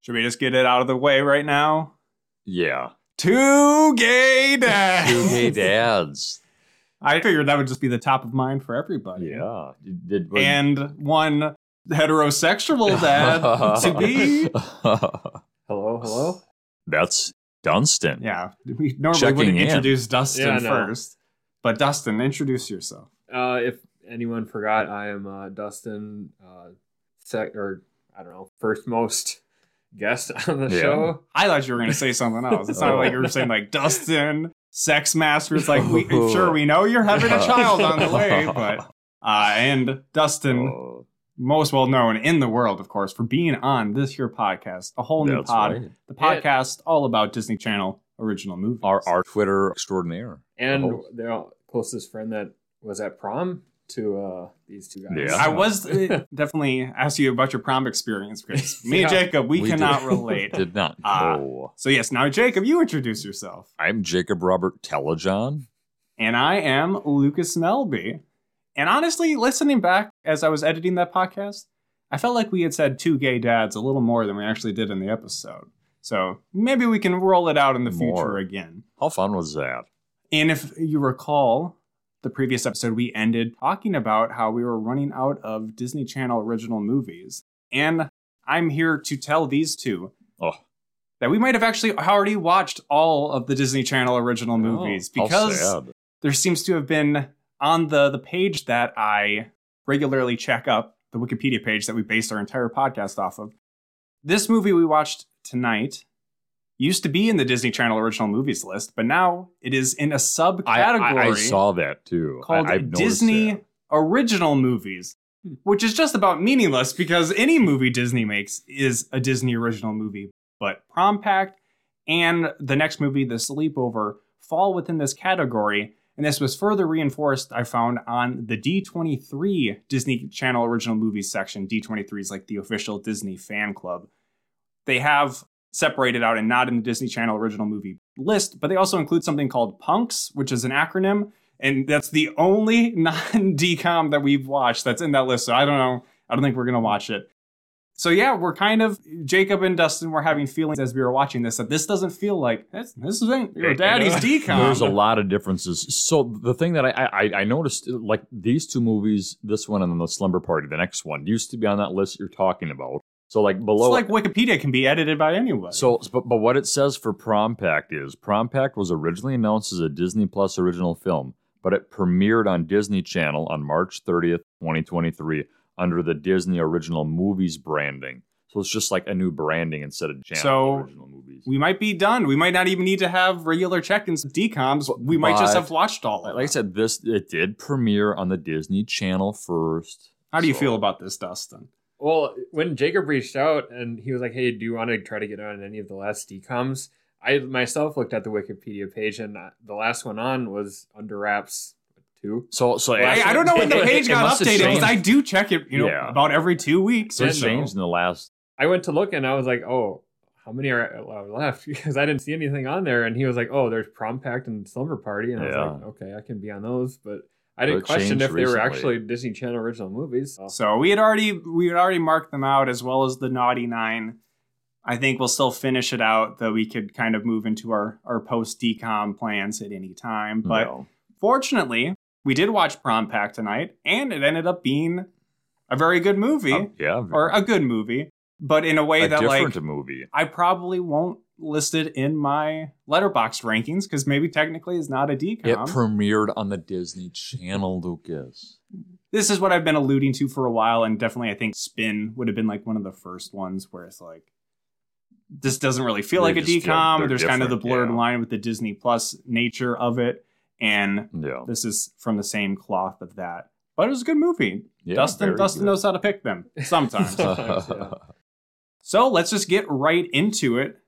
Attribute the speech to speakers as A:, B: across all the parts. A: Should we just get it out of the way right now?
B: Yeah.
A: Two gay dads.
B: Two gay dads.
A: I figured that would just be the top of mind for everybody.
B: Yeah. Did,
A: And one heterosexual dad to be.
C: Hello, hello.
B: That's Dunstan.
A: Yeah, we normally
B: Checking
A: wouldn't
B: in.
A: introduce Dustin
C: Yeah, I know.
A: first, but Dustin, introduce yourself.
C: Uh, if anyone forgot, I am uh, Dustin. Uh, sec or I don't know, first most guest on the
B: Yeah.
C: show.
A: I thought you were going to say something else. It sounded like you were saying like Dustin, sex master. It's like we,
B: Oh.
A: sure we know you're having a child on the way, but uh, and Dustin,
B: Oh,
A: most well known in the world, of course, for being on this here podcast, a whole new
B: that's
A: pod,
B: right.
A: the podcast all about Disney Channel original movies.
B: Our, our Twitter extraordinaire.
C: And
B: Oh.
C: their closest friend that was at prom to uh, these two guys.
B: Yeah.
A: I was uh, definitely asked you about your prom experience because me and
C: Yeah.
A: Jacob, we,
B: We
A: cannot
B: did.
A: relate.
B: Did not.
A: Ah.
B: know.
A: So yes, now Jacob, you introduce yourself.
B: I'm Jacob Robert Telejohn.
A: And I am Lucas Melby. And honestly, listening back as I was editing that podcast, I felt like we had said two gay dads a little more than we actually did in the episode. So maybe we can roll it out in the future
B: More.
A: again.
B: How fun was that?
A: And if you recall, the previous episode we ended talking about how we were running out of Disney Channel original movies. And I'm here to tell these two
B: Oh.
A: that we might have actually already watched all of the Disney Channel original
B: Oh,
A: movies
B: How
A: because
B: sad.
A: there seems to have been on the the page that I regularly check up, the Wikipedia page that we based our entire podcast off of. This movie we watched tonight used to be in the Disney Channel original movies list, but now it is in a subcategory
B: I, I, I saw that too. I-
A: called
B: I've noticed
A: Disney
B: that.
A: Original Movies, which is just about meaningless because any movie Disney makes is a Disney original movie. But Prom Pact and the next movie, The Sleepover, fall within this category. And this was further reinforced, I found, on the D23 Disney Channel Original Movies section. D23 is like the official Disney fan club. They have separated out and not in the Disney Channel Original Movie list, but they also include something called PUNKS, which is an acronym and that's the only non-decom that we've watched that's in that list. So I don't know. I don't think we're gonna watch it. So yeah, we're kind of Jacob and Dustin were having feelings as we were watching this that this doesn't feel like this. This isn't your daddy's decom.
B: There's a lot of differences. So the thing that I, I I noticed, like these two movies, this one and then the Slumber Party, the next one, used to be on that list you're talking about. So like
A: It's
B: below,
A: like Wikipedia can be edited by anyone.
B: so but, but what it says for Prom Pact is Prom Pact was originally announced as a Disney Plus original film, but it premiered on Disney Channel on March 30th, 2023, under the Disney Original Movies branding. So it's just like a new branding instead of channel
A: So-
B: original movies.
A: we might be done. We might not even need to have regular check-ins of decoms. We might just
B: but-
A: have watched all of
B: Like I
A: them.
B: said, this it did premiere on the Disney Channel first.
A: How do you
B: so-
A: feel about this, Dustin?
C: Well, when Jacob reached out and he was like, "Hey, do you want to try to get on any of the last decoms?" I myself looked at the Wikipedia page, and uh, the last one on was Under Wraps Two.
B: So, so
C: Well,
A: I, I don't know when the
C: It- it-
A: page
B: it
A: got
B: must have
A: updated because
B: changed.
A: I do check it, you know,
B: Yeah.
A: about every two weeks.
B: so
A: or
B: it's
A: so.
B: changed in the last.
C: I went to look, and I was like, "Oh, how many are are left?" Because I didn't see anything on there. And he was like, "Oh, there's Prom Pact and Slumber Party," and I was
B: Yeah.
C: like, "Okay, I can be on those," but I
B: So
C: didn't
B: it
C: question
B: changed
C: if they were
B: recently.
C: actually Disney Channel original movies. So-
A: So we had already we had already marked them out as well as the naughty nine. I think we'll still finish it out, though we could kind of move into our, our post decom plans at any time. But
B: no.
A: fortunately, we did watch Prom Pack tonight, and it ended up being a very good movie,
B: Um, yeah,
A: or a good movie, but in a way
B: a
A: that
B: different
A: like
B: movie.
A: I probably won't list it in my letterbox rankings because maybe technically it's not a decom.
B: It premiered on the Disney Channel, Lucas.
A: this is what I've been alluding to for a while, and definitely I think Spin would have been like one of the first ones where it's like this doesn't really feel
B: They
A: like a
B: just feel
A: decom.
B: they're
A: There's kind of the
B: different,
A: blurred
B: yeah.
A: line with the Disney Plus nature of it, and
B: Yeah,
A: this is from the same cloth of that. But it was a good movie.
B: yeah
A: Dustin
B: very
A: Dustin
B: good.
A: knows how to pick them sometimes.
C: Sometimes, yeah.
A: so let's just get right into it.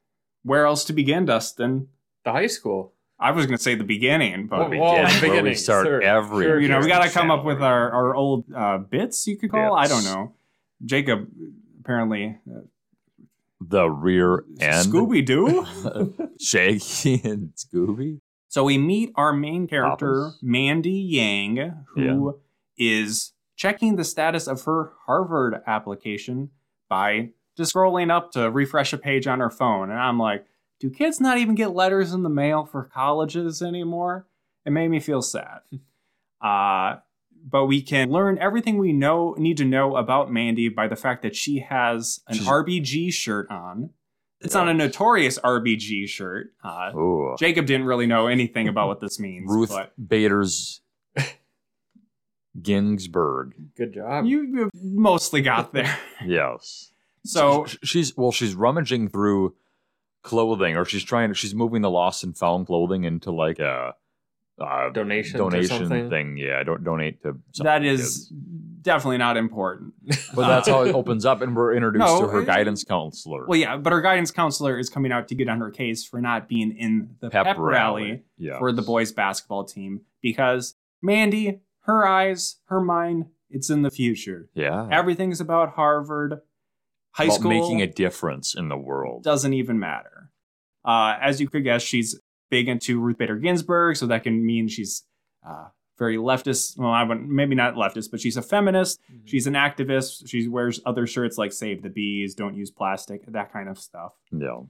A: Where else to begin, Dustin?
C: the high school.
A: I was going to say the beginning, but
C: Well,
B: We
C: well,
B: did,
C: the
B: where we
C: beginning,
B: start
C: sure,
B: every.
C: sure.
A: you know, we
B: Disney
A: got to come
B: Channel
A: up with our, our old uh, bits, you could call. I don't
B: Bits.
A: know. Jacob apparently uh,
B: the rear end.
A: Scooby Doo.
B: Shaggy and Scooby.
A: so we meet our main character,
B: Papas.
A: Mandy Yang, who is checking the status of her Harvard application by just scrolling up to refresh a page on her phone. And I'm like, do kids not even get letters in the mail for colleges anymore? It made me feel sad. Uh, but we can learn everything we know need to know about Mandy by the fact that she has an
B: She's-
A: RBG shirt on. It's not a notorious RBG shirt. Uh,
B: Oh,
A: Jacob didn't really know anything about what this means.
B: Ruth
A: but
B: Bader's Ginsburg.
C: Good job.
A: you you mostly got there.
B: Yes.
A: So
B: Sh- she's well, she's rummaging through clothing, or she's trying. She's moving the lost and found clothing into like a, uh
C: donation. or
B: donation
C: something.
B: thing. Yeah, don't donate to. something
A: that
B: to
A: is
B: kids.
A: definitely not important.
B: But that's how it opens up, and we're introduced
A: No,
B: to her
A: it-
B: guidance counselor.
A: Well, yeah, but her guidance counselor is coming out to get on her case for not being in the pep, rally,
B: Yeah.
A: for the boys' basketball team because Mandy, her eyes, her mind, it's in the future.
B: Yeah.
A: Everything's about Harvard. High
B: Uh-huh. About
A: school
B: making a difference in the world.
A: doesn't even matter. Uh, as you could guess, she's big into Ruth Bader Ginsburg, so that can mean she's uh, very leftist. Well, I wouldn't, maybe not leftist, but she's a feminist.
B: Mm-hmm.
C: Mhm.
A: She's an activist. She wears other shirts like Save the Bees, Don't Use Plastic, that kind of stuff.
B: Yeah.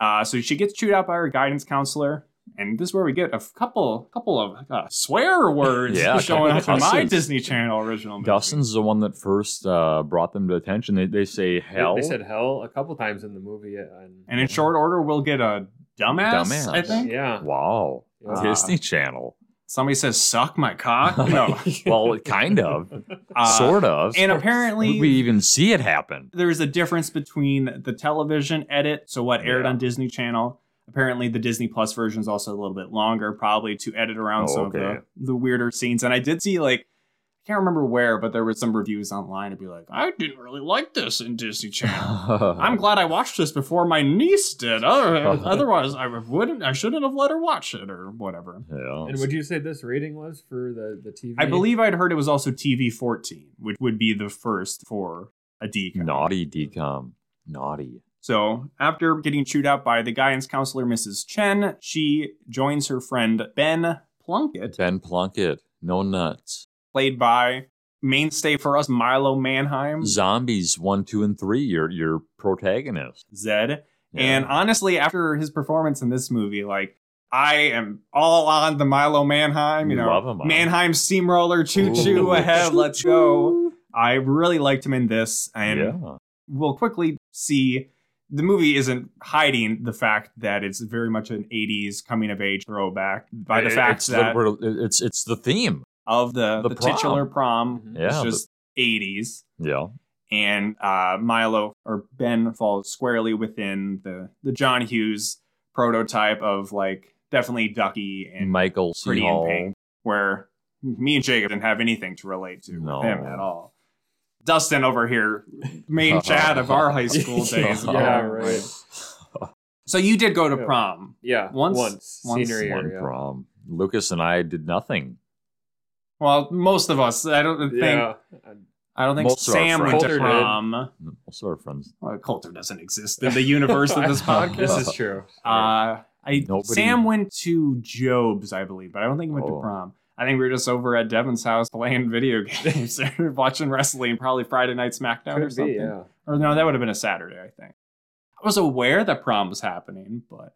A: Uh, so she gets chewed out by her guidance counselor. And this is where we get a f- couple couple of uh, swear words
B: Yeah, a
A: showing up
B: couple
A: in my
B: cussings.
A: Disney Channel original. movie.
B: Dustin's the one that first uh, brought them to attention. They, they say
C: They-
B: hell.
C: They said hell a couple times in the movie. uh, And,
A: And in short order, we'll get a dumbass,
B: Dumbass.
A: I think.
C: yeah.
B: wow.
A: Uh.
C: Yeah.
B: Disney Channel.
A: Somebody says, suck my cock. No.
B: well, kind of.
A: Uh,
B: sort of.
A: and apparently-
B: we even see it happen.
A: There is a difference between the television edit, so what aired
B: Yeah.
A: on Disney Channel. Apparently, the Disney Plus version is also a little bit longer, probably to edit around
B: Oh,
A: some of
B: okay.
A: the, the weirder scenes. And I did see, like, I can't remember where, but there were some reviews online to be like, I didn't really like this in Disney Channel. I'm glad I watched this before my niece did. Other- Otherwise, I wouldn't, I shouldn't have let her watch it or whatever.
B: Yeah.
C: And would you say this rating was for the, the TV?
A: I believe I'd heard it was also TV 14, which would be the first for a decom.
B: naughty decom? Naughty.
A: So, after getting chewed out by the guidance counselor, Mrs. Chen, she joins her friend Ben Plunkett,
B: Ben Plunkett. No nuts.
A: played by mainstay for us Milo Manheim,
B: Zombies one, two, and three. Your your protagonist.
A: Zed.
B: Yeah.
A: And honestly, after his performance in this movie, like, I am all on the Milo Manheim, you
B: We
A: know,
B: love him, huh?
A: Manheim steamroller, choo choo
B: Ooh.
A: ahead, let's go. I really liked him in this, and
B: yeah.
A: we'll quickly see the movie isn't hiding the fact that it's very much an 80s coming of age throwback by the
B: It-
A: fact
B: it's
A: that
B: we're- it's it's the theme.
A: of the,
B: the
A: the
B: prom. Mm-hmm.
A: titular prom
C: Mhm.
B: Yeah.
A: it's
B: but-
A: just 80s
B: yeah.
A: and uh, Milo or Ben falls squarely within the the John Hughes prototype of like definitely ducky and
B: Michael C.
A: pretty in
B: Hall.
A: pink where me and Jacob didn't have anything to relate to
B: No.
A: with him at all. Dustin over here, main Chad of our high school days. Um,
C: Yeah, right.
A: So you did go to
C: Yeah.
A: prom.
C: Yeah.
A: Once-
C: Once.
A: once-
C: senior year.
B: One
C: yeah.
B: prom. Lucas and I did nothing.
A: Well, most of us. I don't think.
C: Yeah. And
A: I don't think
B: Most of our
A: Sam went to
C: friends.
A: prom.
B: Also, our friends.
A: Well, Coulter doesn't exist in the universe of this podcast.
C: This is true.
A: Uh, I
B: Nobody-
A: Sam went to Job's, I believe, but I don't think he went to
B: Oh.
A: prom. I think we were just over at Devin's house playing video games and watching wrestling, probably Friday night SmackDown or
C: Could
A: something.
C: be, yeah.
A: Or no, that would have been a Saturday, I think. I was aware that prom was happening, but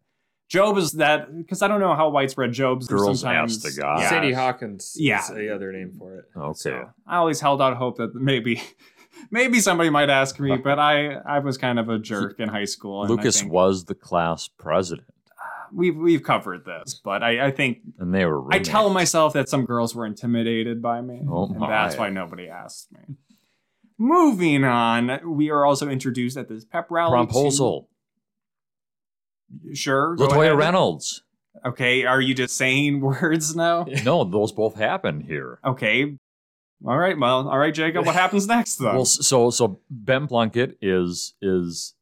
A: Job is that because I don't know how widespread Job's are
B: Girls
A: sometimes.
B: ask the guy.
A: Yeah.
C: Sadie Hawkins
A: Yeah.
C: is the other name for it.
B: Okay.
A: So I always held out hope that maybe, maybe somebody might ask me, but I, I was kind of a jerk in high school. and I
B: Lucas
A: think-
B: was the class president,
A: we've we've covered this, but I, I think
B: and they were.
A: I
B: Roommates.
A: tell myself that some girls were intimidated by me.
B: Oh
A: and
B: my.
A: that's why nobody asked me. Moving on, we are also introduced at this pep rally. to-
B: Promposal.
A: Sure. go
B: Latoya
A: ahead.
B: Reynolds.
A: Okay, are you just saying words now?
B: No, those both happened here.
A: Okay. All right, well, all right, Jacob, what happens next though?
B: Well, s- so so Ben Plunkett is is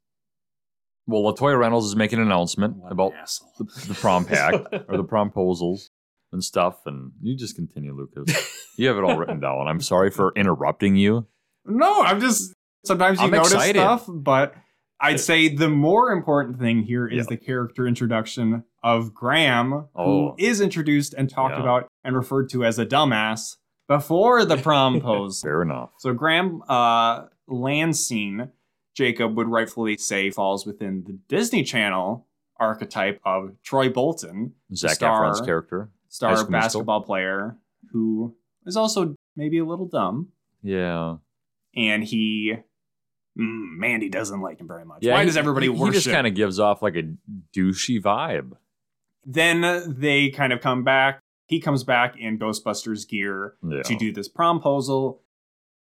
B: well, Latoya Reynolds is making an announcement
A: What an
B: about
A: asshole.
B: the, the prom pact or the promposals and stuff, and you just continue, Lucas. You have it all written down. I'm sorry for interrupting you.
A: No, I'm just sometimes you
B: I'm
A: notice
B: excited. Uh,
A: stuff, but I'd say the more important thing here is
B: Yeah.
A: the character introduction of Graham,
B: Oh.
A: who is introduced and talked
B: Yeah.
A: about and referred to as a dumbass before the promposal.
B: Fair enough.
A: so Graham uh, Lansing Jacob would rightfully say falls within the Disney Channel archetype of Troy Bolton,
B: Zach
A: Star.
B: Efron's character. High
A: star
B: School Musical.
A: basketball player who is also maybe a little dumb,
B: Yeah.
A: and he, mm, Mandy doesn't like him very much.
B: yeah
A: Why
B: he-
A: does everybody
B: he,
A: worship?
B: He just kind of gives off like a douchey vibe.
A: then they kind of come back. He comes back in Ghostbusters gear
B: Yeah.
A: to do this promposal.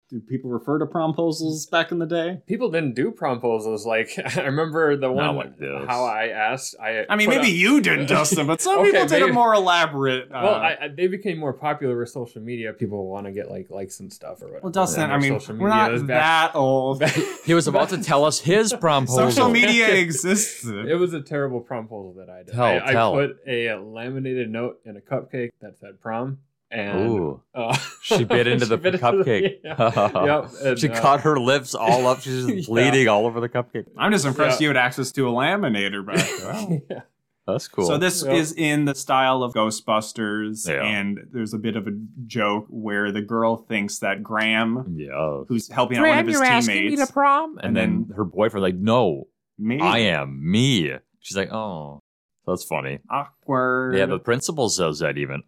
A: Do people refer to promposals back in the day?
C: People didn't do promposals. Like I remember the
B: Not
C: one
B: like this.
C: how I asked. I
A: I mean,
C: put
A: maybe
B: uh,
C: up-
A: you didn't, Dustin, but some
C: Okay,
A: people did
C: maybe.
A: a more elaborate. Uh,
C: well, I, I, they became more popular with social media. People want to get like likes and stuff or whatever.
A: well, Dustin,
C: And
A: I
C: their
A: mean,
C: social
A: we're
C: media
A: not
C: is back-
A: that old.
B: he was about to tell us his promposal.
A: Social media exists.
C: It was a terrible promposal that I did.
B: Tell,
C: I,
B: tell.
C: I put a laminated note in a cupcake that said prom, and
B: Ooh.
C: uh,
B: She bit into the
C: bit
B: cupcake.
C: yeah. Yep, and,
B: she
C: uh,
B: caught her lips all up. She's just
C: Yeah.
B: bleeding all over the cupcake.
A: I'm just impressed
C: Yeah.
A: you had access to a laminator back then.
C: yeah.
B: That's cool.
A: So this
C: Yeah.
A: is in the style of Ghostbusters,
B: Yeah.
A: and there's a bit of a joke where the girl thinks that Graham,
B: yeah.
A: who's helping out one of his teammates,
B: prom? And,
A: And
B: then, her boyfriend like, no,
A: me
B: I am me. She's like, oh, that's funny.
A: awkward.
B: Yeah, the principal says that even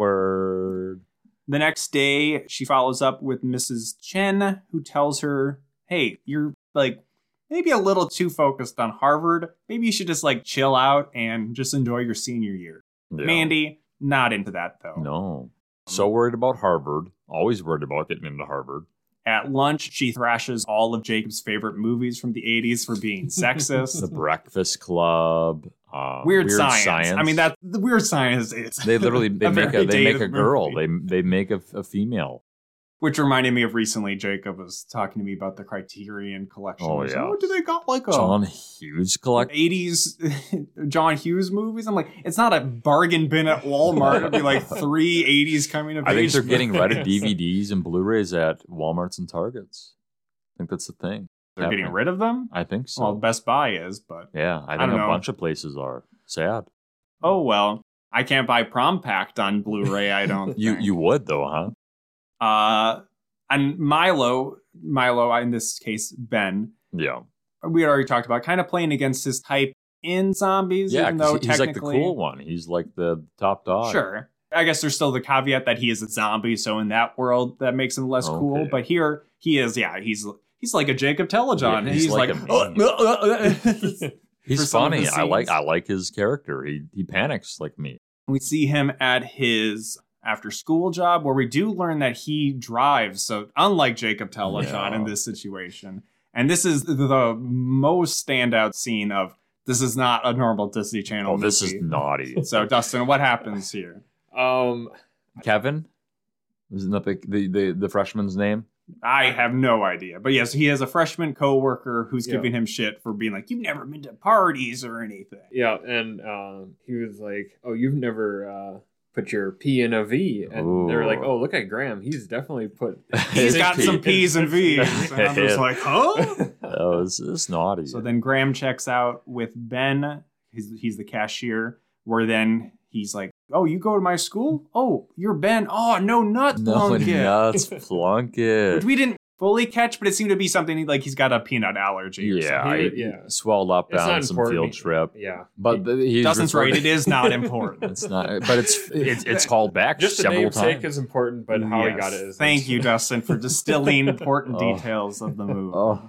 B: awkward.
A: the next day, she follows up with Mrs. Chen, who tells her, "Hey, you're like." Maybe a little too focused on Harvard. Maybe you should just like chill out and just enjoy your senior year.
B: Yeah.
A: Mandy, not into that though.
B: no, so worried about Harvard. Always worried about getting into Harvard.
A: At lunch, she thrashes all of Jacob's favorite movies from the 80s for being sexist.
B: The Breakfast Club. Uh,
A: weird, science. I mean, that the weird science is
B: they literally they
A: a
B: make a
A: very
B: they make a
A: dated
B: girl.
A: movie.
B: They they make a, a female.
A: which reminded me of recently. Jacob was talking to me about the Criterion collection.
B: Oh,
A: He's like,
B: yeah.
A: what do they got like a
B: John Hughes collect.
A: 80s John Hughes movies? I'm like, it's not a bargain bin at Walmart. It'd be like three 80s coming of
B: I think
A: age.
B: they're getting
A: movies.
B: rid of DVDs and Blu-rays at WalMarts and Targets. I think that's the thing.
A: They're getting rid of them.
B: I think so.
A: Well, Best Buy is, but
B: yeah, I
A: don't
B: think a
A: know.
B: bunch of places are sad.
A: oh well. I can't buy Prom Pact on Blu-ray. I don't.
B: You
A: think.
B: you would though, huh?
A: Uh, and Milo, Milo, in this case, Ben,
B: Yeah,
A: we had already talked about kind of playing against his type in zombies,
B: yeah.
A: even
B: 'cause
A: though
B: he- he's like the
A: technically.
B: cool one. He's like the top dog.
A: Sure. I guess there's still the caveat that he is a zombie, so in that world that makes him less cool.
B: Okay.
A: But here he is, yeah, he's he's like a Jacob Telejohn.
B: Yeah,
A: he's,
B: he's like
A: like, "Uh,
B: a man.
A: For
B: He's
A: some of the
B: funny. I like
A: scenes.
B: I like his character. He he panics like me.
A: we see him at his after school job where we do learn that he drives, so unlike Jacob Telejohn
B: Yeah.
A: in this situation. And this is the most standout scene of this is not a normal Disney Channel
B: Oh, this is
A: movie.
B: naughty.
A: So Dustin, what happens here?
C: Um,
B: Kevin, isn't that the the, the, the freshman's name?
A: I have no idea. But yes, he has a freshman coworker who's
C: Yeah.
A: giving him shit for being like, You've never been to parties or anything.
C: yeah, and um, he was like, "Oh, you've never uh, put your P in a V," and they were like,
B: Ooh.
C: "Oh, look at Graham. He's definitely put."
A: He's
B: His
A: got
B: P.
A: some P's and V's.
B: His
A: And I'm
B: P.
A: just like, huh?
B: Oh, this is naughty.
A: So then Graham checks out with Ben. He's, he's the cashier. Where then he's like, "Oh, you go to my school? Oh, you're Ben. Oh, no nuts,
B: no
A: Plunkett."
B: nuts,
A: Which
B: Plunkett.
A: we didn't fully catch, but it seemed to be something like he's got a peanut allergy. Or something.
B: Yeah,
C: He-
B: I
C: yeah.
B: swelled up
C: It's
B: on
C: not
B: some
C: important.
B: field trip.
C: yeah,
B: But the, he's
A: Dustin's right.
B: referred-
A: It is not important.
B: It's not. But it's it's, it's called back
C: just the
B: several
C: namesake
B: times.
C: is important, but how he got
A: Yes.
C: it is.
A: Thank you, Dustin, for distilling important
B: Oh.
A: details of the movie.
B: oh,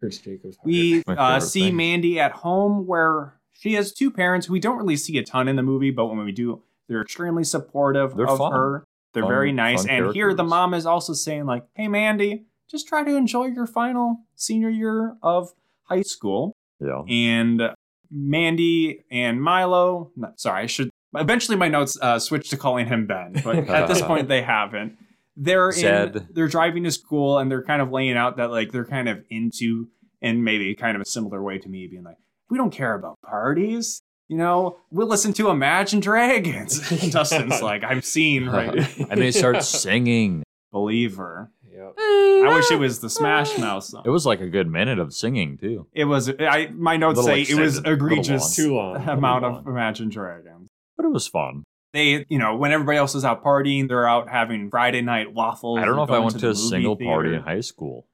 C: Chris Jacobs.
A: We
B: My
A: uh,
B: favorite
A: see
B: thing.
A: Mandy at home where she has two parents who we don't really see a ton in the movie, but when we do, they're extremely supportive
B: They're
A: of
B: fun.
A: her. They're
B: Fun-
A: very nice.
B: fun
A: And here the
B: characters.
A: mom is also saying, like, hey Mandy, just try to enjoy your final senior year of high school.
B: yeah.
A: And Mandy and Milo, no, sorry, I should eventually my notes uh, switch to calling him Ben, but at this point they haven't. They're in,
B: Zed.
A: they're driving to school and they're kind of laying out that like they're kind of into in maybe kind of a similar way to me being like we don't care about parties, you know, we'll listen to Imagine Dragons. Dustin's like I'm seeing right
B: and they start singing.
A: believer.
C: Yep.
A: I wish it was the Smash Mouth song.
B: It was like a good minute of singing too.
A: It was I my notes
B: Little
A: say it was
B: extended, little
A: egregious
B: long.
C: Too long.
A: amount
B: Little
A: of
B: long.
A: Imagine Dragons.
B: But it was fun.
A: they, you know, when everybody else is out partying, they're out having Friday night waffles.
B: I don't know
A: and
B: if I
A: going
B: went to
A: the
B: a
A: movie
B: single party in
A: theater.
B: high school.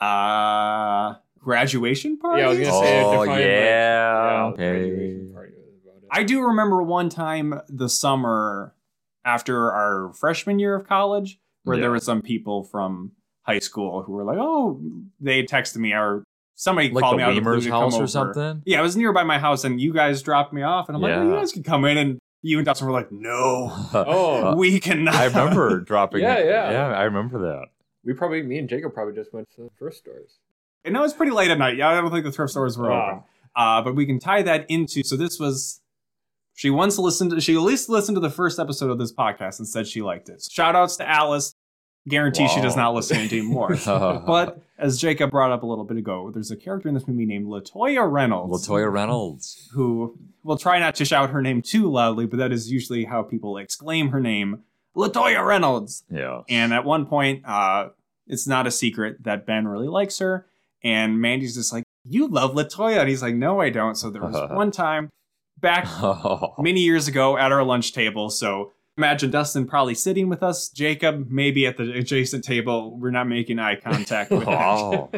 A: Uh, graduation parties.
C: Yeah, I was gonna say
B: Oh,
C: define, like,
B: yeah.
C: the graduation
B: Hey.
C: party was about it.
A: I do remember one time the summer after our freshman year of college where
B: Yeah.
A: there were some people from high school who were like, "Oh, they texted me or somebody
B: like
A: called
B: the
A: me out of the blue
B: Weimer's
A: to
B: house
A: come
B: or
A: over."
B: something.
A: Yeah, I was nearby my house and you guys dropped me off and I'm like, well, "You
B: Yeah.
A: guys can come in." And you and Dustin were like, "No,
C: Oh.
A: we cannot."
B: Uh, I remember dropping.
C: Yeah, yeah.
B: yeah. I remember that.
C: we probably me and Jacob probably just went to the thrift stores.
A: And now it's pretty late at night. Yeah, I don't think the thrift stores were
C: Wow.
A: open. Uh, but we can tie that into. So this was. She once listened. She at least listened to the first episode of this podcast and said she liked it. So shout outs to Alice. Guarantee she does
B: Wow.
A: not listen anymore. but as Jacob brought up a little bit ago, there's a character in this movie named Latoya Reynolds,
B: Latoya Reynolds.
A: who will try not to shout her name too loudly, but that is usually how people exclaim her name, Latoya Reynolds.
B: Yeah.
A: And at one point, uh, it's not a secret that Ben really likes her. And Mandy's just like, You love Latoya. And he's like, No, I don't. So there was one time back
B: Oh.
A: many years ago at our lunch table. So imagine Dustin probably sitting with us, Jacob maybe at the adjacent table. We're not making eye contact with him.
B: oh.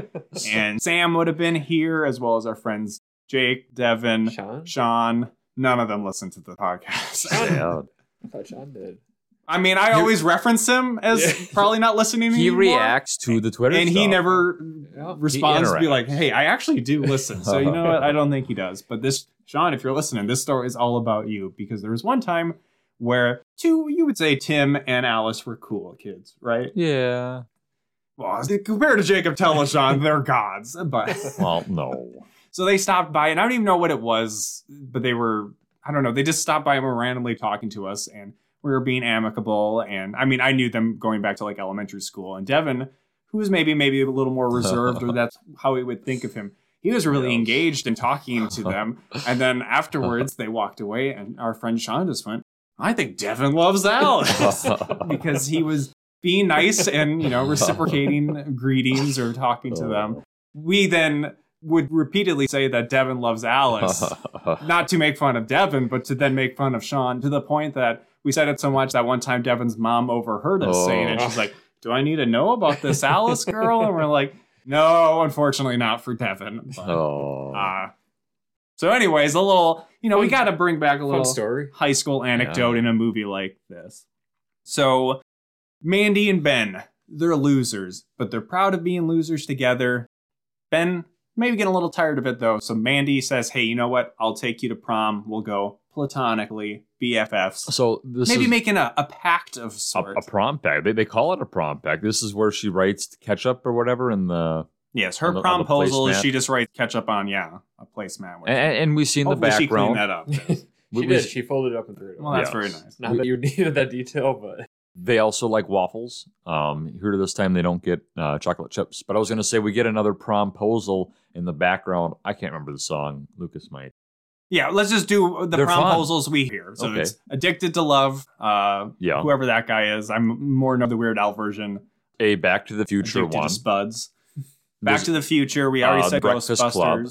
A: And Sam would have been here, as well as our friends Jake, Devin,
C: Sean?
A: Sean. None of them listen to the podcast.
B: Yeah.
C: I thought Sean did.
A: I mean, I always reference him as
C: Yeah.
A: probably not listening
B: He
A: anymore.
B: reacts to the Twitter
A: and he
B: stuff.
A: never
C: Yeah.
A: responds to be
B: interacts.
A: like, "Hey, I actually do listen." So you know what? I don't think he does. But this, Sean, if you're listening, this story is all about you because there was one time where two, you would say Tim and Alice were cool kids, right?
B: Yeah.
A: Well, compared to Jacob Teleshon, they're gods. But
B: Well, no.
A: so they stopped by, and I don't even know what it was, but they were, I don't know, they just stopped by and were randomly talking to us, and we were being amicable. And I mean, I knew them going back to like elementary school. And Devin, who was maybe maybe a little more reserved, or that's how we would think of him. He was really
B: Yes.
A: engaged in talking to them. And then afterwards, they walked away, and our friend Sean just went, I think Devin loves Alice because he was being nice and, you know, reciprocating greetings or talking to them we then would repeatedly say that Devin loves Alice,
B: Oh.
A: not to make fun of Devin, but to then make fun of Sean to the point that we said it so much that one time Devin's mom overheard us saying it.
C: Oh.
A: She's like, Do I need to know about this Alice girl? And we're like, No, unfortunately not for Devin. But,
B: oh.
A: uh, so, anyways, a little, you know, we
C: Fun-
A: got to bring back a
C: Fun
A: little
C: story.
A: high school anecdote
B: Yeah.
A: in a movie like this. So, Mandy and Ben, they're losers, but they're proud of being losers together. Ben maybe getting a little tired of it though, so Mandy says, "Hey, you know what? I'll take you to prom. We'll go platonically, BFFs.
B: So this
A: maybe
B: is
A: making a, a pact of
B: a,
A: sorts."
B: a prom pack. They, they call it a prom pack. This is where she writes ketchup or whatever in the
A: yes, her
B: on the- on the
A: promposal is
B: placemat.
A: she just writes catch up on yeah a placemat. Which
B: and, and we see in the
A: hopefully she cleaned
B: background.
A: that up.
B: we-
C: she
B: we-
C: did. She folded it up and threw it away.
A: Well, that's
B: Yes.
A: very nice.
C: Not that you needed that detail, but
B: They also like waffles. Um, here this time they don't get uh, chocolate chips. But I was going to say we get another promposal in the background. I can't remember the song. Lucas might.
A: Yeah, let's just do the
B: They're fun.
A: promposals we hear. So
B: Okay.
A: it's addicted to love. Uh,
B: Yeah,
A: whoever that guy is. I'm more know the Weird Al version.
B: a Back to the Future
A: Addicted
B: one.
A: to Spuds. Back
B: There's
A: to the Future. We already
B: Uh,
A: said
B: Breakfast
A: Ghostbusters.
B: Club.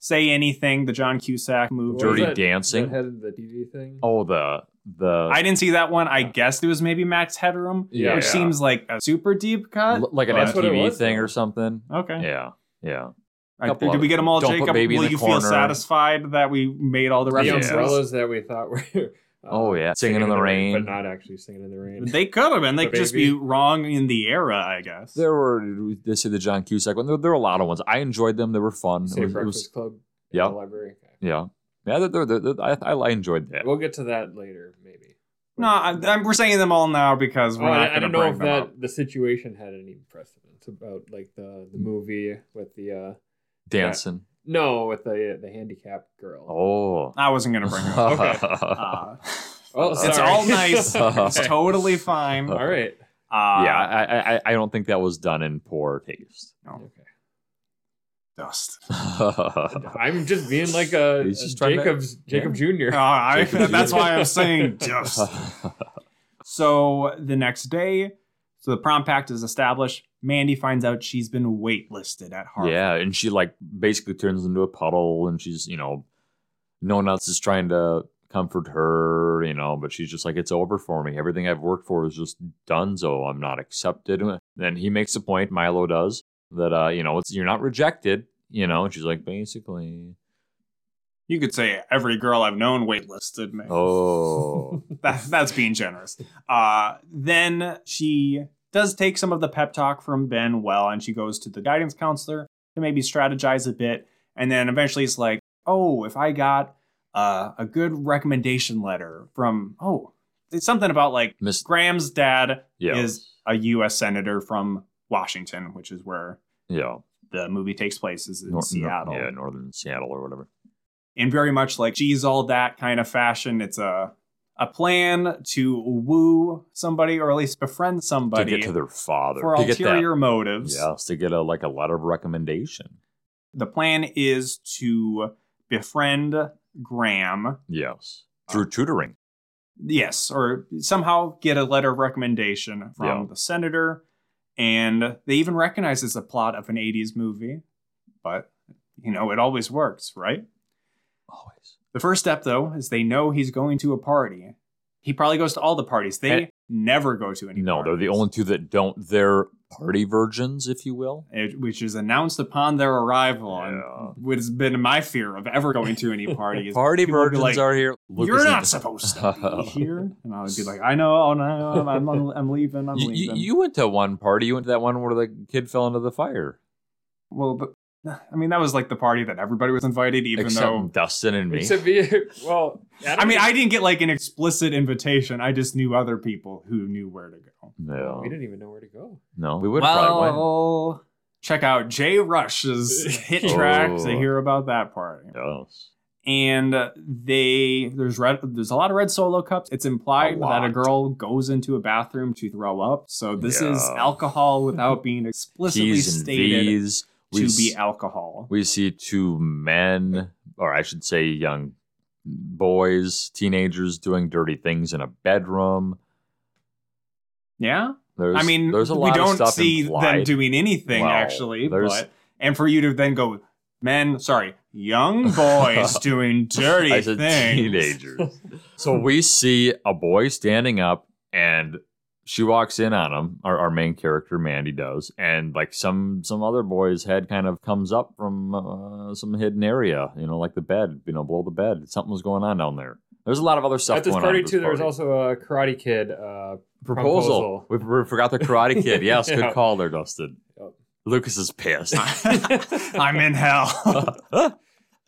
A: Say anything. The John Cusack movie.
B: Dirty
C: What was that-
B: Dancing.
C: That had the TV thing.
B: Oh, the the
A: I didn't see that one. I guessed it was maybe Max Headroom,
B: Yeah.
A: which seems like a super deep cut.
B: l- like an
A: but-
C: That's what it
B: MTV
C: was,
B: thing
C: though.
B: or something.
A: Okay.
B: Yeah, yeah.
A: I-
B: couple
A: did we get them all,
B: Don't Put
A: Jacob?
B: Baby in
A: Will
B: the
A: you feel
B: Corner.
A: satisfied that we made all the
C: The
A: references?
C: umbrellas that we thought were. uh,
B: Oh, yeah. Singing in the Rain.
C: but not actually singing in the rain.
A: They could have been. They
C: The
A: could just be
C: baby.
A: wrong in the era, I guess.
B: There were they say the John Cusack one. There, there were a lot of ones. I enjoyed them. They were fun. It
C: Say
B: was- it was-
C: Breakfast Club. in
B: yeah.
C: The library. Okay.
B: yeah, yeah. They're, they're, they're, I, I I enjoyed that.
C: We'll get to that later, maybe.
A: no, I, I'm, we're saying them all now because
C: Oh,
A: we're not
C: I, I
A: going to
C: don't know
A: bring
C: if
A: them
C: that
A: up.
C: the situation had any precedence about like the the movie with the uh
B: Dancing.
C: no with the the handicapped girl.
B: Oh.
A: I wasn't going to bring them up. Uh,
C: Oh,
A: it's
C: sorry.
A: all nice. It's
C: Okay.
A: totally fine.
C: all right.
A: Uh,
B: yeah, I, I- I I don't think that was done in poor taste.
C: Okay.
A: Dust.
C: I'm just being like a,
B: He's just trying to-
C: Jacob's Jacob
A: Uh,
C: Jr.
A: I,
B: Jacob, you-
A: that's why I'm saying dust. So the next day, so the prom pact is established. Mandy finds out she's been waitlisted at Harvard.
B: yeah, and she like basically turns into a puddle, and she's you know, no one else is trying to comfort her, you know, but she's just like it's over for me. Everything I've worked for is just done, so I'm not accepted. Then he makes a point, Milo does, that uh, you know, it's you're not rejected. You know, and she's like, basically,
A: You could say every girl I've known waitlisted me.
B: oh,
A: That, that's being generous. Uh, then she does take some of the pep talk from Ben well, and she goes to the guidance counselor to maybe strategize a bit. And then eventually it's like, oh, if I got uh, a good recommendation letter from, oh, it's something about like
B: Miss,
A: Graham's dad
B: yeah,
A: is a U.S. senator from Washington, which is where
B: yeah,
A: the movie takes place, is in
B: Nor- nor-
A: Seattle.
B: yeah, northern Seattle or whatever.
A: in very much like geez all that kind of fashion. It's a a plan to woo somebody or at least befriend somebody
B: to get to their father,
A: for
B: to get
A: ulterior
B: that,
A: motives.
B: yes, to get a like a letter of recommendation.
A: The plan is to befriend Graham,
B: Yes,
A: Uh,
B: through tutoring.
A: yes, or somehow get a letter of recommendation from
B: Yeah.
A: the senator. And they even recognize it's a plot of an 80s movie, but you know, it always works, right?
B: Always.
A: The first step, though, is they know he's going to a party. He probably goes to all the parties. They
B: And-
A: never go to any.
B: No, they're the
A: parties,
B: only two that don't. They're party virgins, if you will.
A: it- which is announced upon their arrival,
B: Yeah.
A: and what has been my fear of ever going to any party is
B: Party
A: people would be
B: virgins
A: like,
B: are here.
A: You're not supposed to be here, and I would be like, I know, I'm, I'm, I'm, I'm leaving, I'm
B: You, you,
A: leaving.
B: you went to one party. You went to that one where the kid fell into the fire.
A: well, but, I mean, that was like the party that everybody was invited, even
B: Except
A: though.
B: Dustin and me.
C: Except be well.
A: I mean,
C: don't-
A: I didn't get like an explicit invitation. I just knew other people who knew where to go.
B: no,
C: we didn't even know where to go.
B: no, we would probably win.
A: well, check out Jay Rush's hit track
B: Oh.
A: to hear about that party.
B: Yes.
A: And uh, they there's red there's a lot of red solo cups. It's implied
B: A
A: that a
B: lot.
A: girl goes into a bathroom to throw up. So this is
B: Yeah.
A: alcohol without being explicitly
B: T's and
A: stated
B: V's.
A: to
B: s-
A: be alcohol.
B: we see two men, or I should say, young boys, teenagers doing dirty things in a bedroom.
A: Yeah,
B: There's,
A: I mean,
B: there's a lot
A: we
B: of
A: don't
B: stuff
A: see them
B: implied.
A: doing anything
B: Well,
A: actually.
B: there's-
A: But and for you to then go, men, sorry, young boys doing dirty
B: as a
A: things.
B: teenager. so we see a boy standing up and she walks in on him, our, our main character Mandy does, and like some some other boy's head kind of comes up from uh, some hidden area, you know, like the bed, you know, below the bed. Something was going on down there. There's a lot of other stuff
C: At this
B: going
C: party
B: on.
C: too, there was also a Karate Kid. Uh,
B: proposal.
C: proposal.
B: We, we forgot the Karate Kid. Yes,
C: Yeah.
B: good call there, Dustin.
C: Yep.
B: Lucas is pissed.
A: I'm in hell.